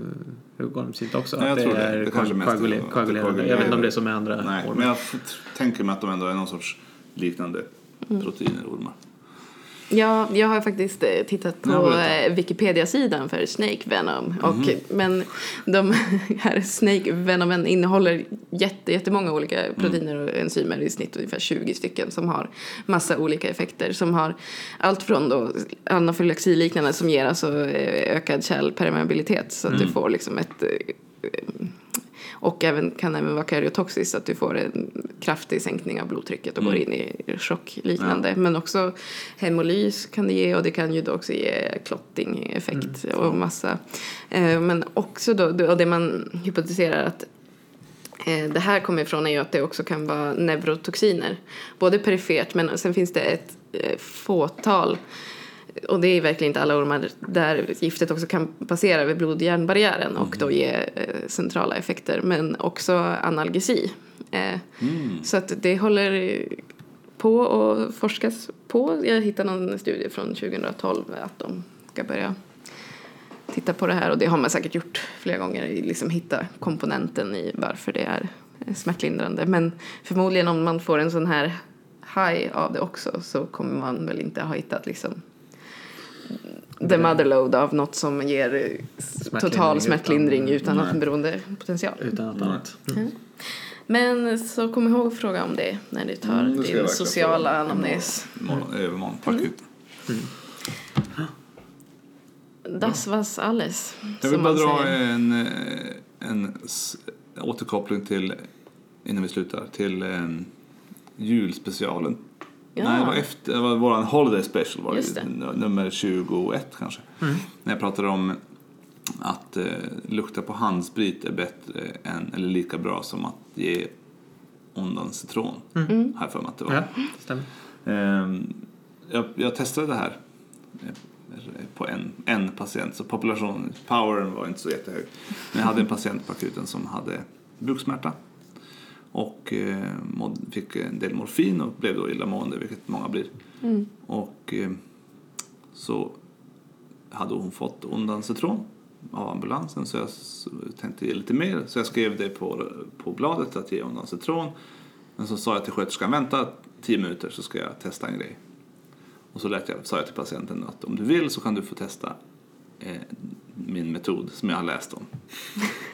Speaker 4: huggormsint också?
Speaker 1: Nej, jag
Speaker 4: att
Speaker 1: tror det.
Speaker 4: är
Speaker 1: Det kanske mest
Speaker 4: koagule-
Speaker 1: är så.
Speaker 4: koagulerande. Jag vet inte om det är som med andra
Speaker 1: Nej,
Speaker 4: ormar.
Speaker 1: men jag f- tänker mig att de ändå är någon sorts liknande
Speaker 3: Mm.
Speaker 1: proteiner, ormar.
Speaker 3: Ja, jag har faktiskt eh, tittat
Speaker 1: Ja,
Speaker 3: på
Speaker 1: berätta. Mhm.
Speaker 3: eh, Wikipedia-sidan för Snake Venom. Och, Men de (laughs) här Snake Venomen innehåller jätte, jättemånga olika
Speaker 1: Mm.
Speaker 3: proteiner och enzymer i snitt ungefär 20 stycken som har massa olika effekter. Som har allt från då anafylaxiliknande som ger alltså eh, ökad kärlpermeabilitet så att
Speaker 1: Mm.
Speaker 3: du får liksom ett eh, och även, kan även vara karyotoxiskt, att du får en kraftig sänkning av blodtrycket och går
Speaker 1: Mm.
Speaker 3: in i chockliknande. Men också hemolys kan det ge och det kan ju då också ge klottingeffekt och massa. Eh, Men också då, och det man hypotiserar att eh, det här kommer ifrån är ju att det också kan vara neurotoxiner. Både perifert men sen finns det ett eh, fåtal och det är verkligen inte alla ormar där giftet också kan passera över blod-hjärnbarriären och då ge eh, centrala effekter men också analgesi. Eh,
Speaker 1: Mm.
Speaker 4: Mm,
Speaker 3: Så att det håller på och forskas på. Jag hittade någon studie från 2012 att de ska börja titta på det här och det har man säkert gjort flera gånger, liksom hitta komponenten i varför det är smärtlindrande. Men förmodligen om man får en sån här high av det också så kommer man väl inte ha hittat liksom the motherload av något som ger total smärtlindring utan
Speaker 4: Nej.
Speaker 3: något beroendepotential.
Speaker 4: Utan något annat.
Speaker 1: Mm.
Speaker 3: Men så kom ihåg att fråga om det när du tar
Speaker 1: Mm, det ska jag
Speaker 3: din
Speaker 1: verkligen
Speaker 3: sociala
Speaker 1: fråga.
Speaker 3: anamnes. Mm.
Speaker 1: Imorgon, övermorgon på akuten.
Speaker 3: Das was alles.
Speaker 1: Jag vill
Speaker 3: som
Speaker 1: bara
Speaker 3: man
Speaker 1: dra
Speaker 3: säger.
Speaker 1: en, eh, en s- återkoppling till, innan vi slutar, till eh, julspecialen.
Speaker 3: Ja.
Speaker 1: Nej, det var, efter, det var våran Holiday Special, var
Speaker 3: Just
Speaker 1: det.
Speaker 3: det. Mm.
Speaker 1: n- nummer 21 kanske. När jag pratade om att eh, lukta på handsprit är bättre än, eller lika bra som att ge ondan citron.
Speaker 3: Mm.
Speaker 1: Har jag för mig att det var.
Speaker 4: Ja, det stämmer.
Speaker 1: Ehm, jag, jag testade det här eh, på en, en patient, så population, powern var inte så jättehög. Men jag hade en patient på akuten som hade buksmärta och eh, mådde, fick en del morfin och blev då illamående, vilket många blir. Och eh, så hade hon fått ondansetron av ambulansen så jag s- tänkte ge lite mer. Så jag skrev det på, på bladet att ge ondansetron. Men så sa jag till sköterskan, vänta 10 minuter så ska jag testa en grej. Och så lät jag, sa jag till patienten att om du vill så kan du få testa eh, min metod som jag har läst om.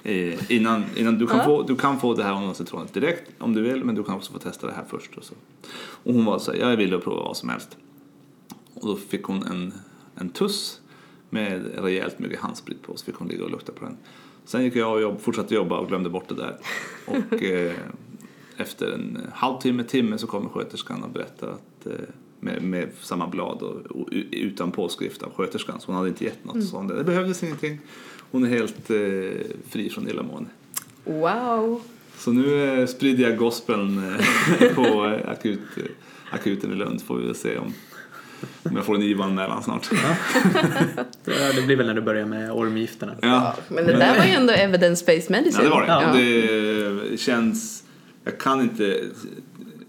Speaker 1: Eh, innan, innan du, kan få, du kan få det här ondansetronet direkt om du vill men du kan också få testa det här först. Och, så. och hon var så här, jag är villig att prova vad som helst. Och då fick hon en, en tuss med rejält mycket handsprit på så fick hon ligga och lukta på den. Sen gick jag och jobb, fortsatte jobba och glömde bort det där. Och eh, efter en halvtimme, timme så kommer sköterskan och berättar att eh, med, med samma blad och, och u- utan påskrift av sköterskan så hon hade inte gett något. Så hon, det behövdes ingenting. Hon är helt eh, fri från illamående.
Speaker 3: Wow.
Speaker 1: Så nu eh, sprider jag gospeln eh, (laughs) på eh, akut, eh, akuten i Lund får vi väl se om, om jag får en IVA-anmälan snart.
Speaker 4: Det det blir väl när du börjar med ormgifterna.
Speaker 1: Ja.
Speaker 3: Men det där var ju ändå evidence-based
Speaker 1: Ja,
Speaker 3: medicine.
Speaker 1: det var det.
Speaker 4: Ja.
Speaker 1: Det eh, känns... Jag kan inte...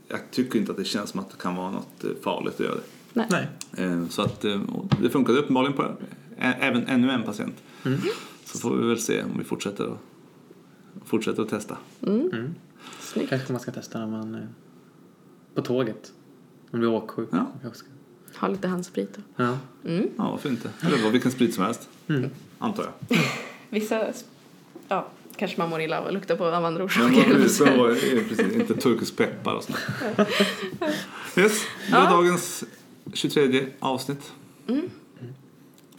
Speaker 1: Jag tycker inte att det känns som att det kan vara något eh, farligt att göra det.
Speaker 4: Nej.
Speaker 1: Eh, Så att eh, och det funkade uppenbarligen på ä- även ännu en patient. Så får vi väl se om vi fortsätter att, fortsätter att testa.
Speaker 3: Snyggt.
Speaker 4: Kanske man ska testa när man... eh, På tåget. Om du är åksjuk.
Speaker 1: Ja.
Speaker 4: Jag ska-
Speaker 3: Ha lite handsprit då.
Speaker 4: Ja.
Speaker 1: Ja, varför inte? Eller vad, vilken sprit som helst. Antar jag.
Speaker 3: Vissa, ja, kanske man mår illa av att lukta på av andra
Speaker 1: Men
Speaker 3: orsaker. (laughs)
Speaker 1: vad- så var det- precis, inte turkisk peppar och sånt. Yes, det var
Speaker 3: Ja. Mm.
Speaker 1: dagens 23 avsnitt.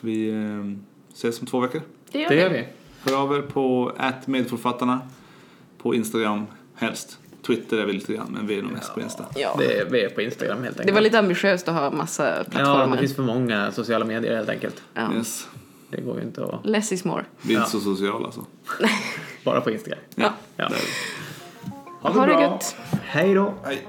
Speaker 1: Vi eh, ses om två veckor.
Speaker 4: Det gör vi.
Speaker 1: Hör av er på medförfattarna på Instagram helst. Twitter är vi lite grann, men vi är nog mest på Insta.
Speaker 3: Ja.
Speaker 4: Det är, vi är på Instagram helt enkelt.
Speaker 3: Det var lite ambitiöst att ha massa
Speaker 4: Ja, det
Speaker 3: plattformar.
Speaker 4: finns för många sociala medier helt enkelt.
Speaker 3: Ja.
Speaker 1: Yes.
Speaker 4: Det går ju inte att...
Speaker 3: Less is more.
Speaker 1: Vi är
Speaker 4: Ja.
Speaker 1: inte så sociala alltså.
Speaker 4: Bara på Instagram.
Speaker 1: Ja.
Speaker 4: Ja.
Speaker 1: Där.
Speaker 3: Ha det gött.
Speaker 4: Hej då!
Speaker 1: Hej.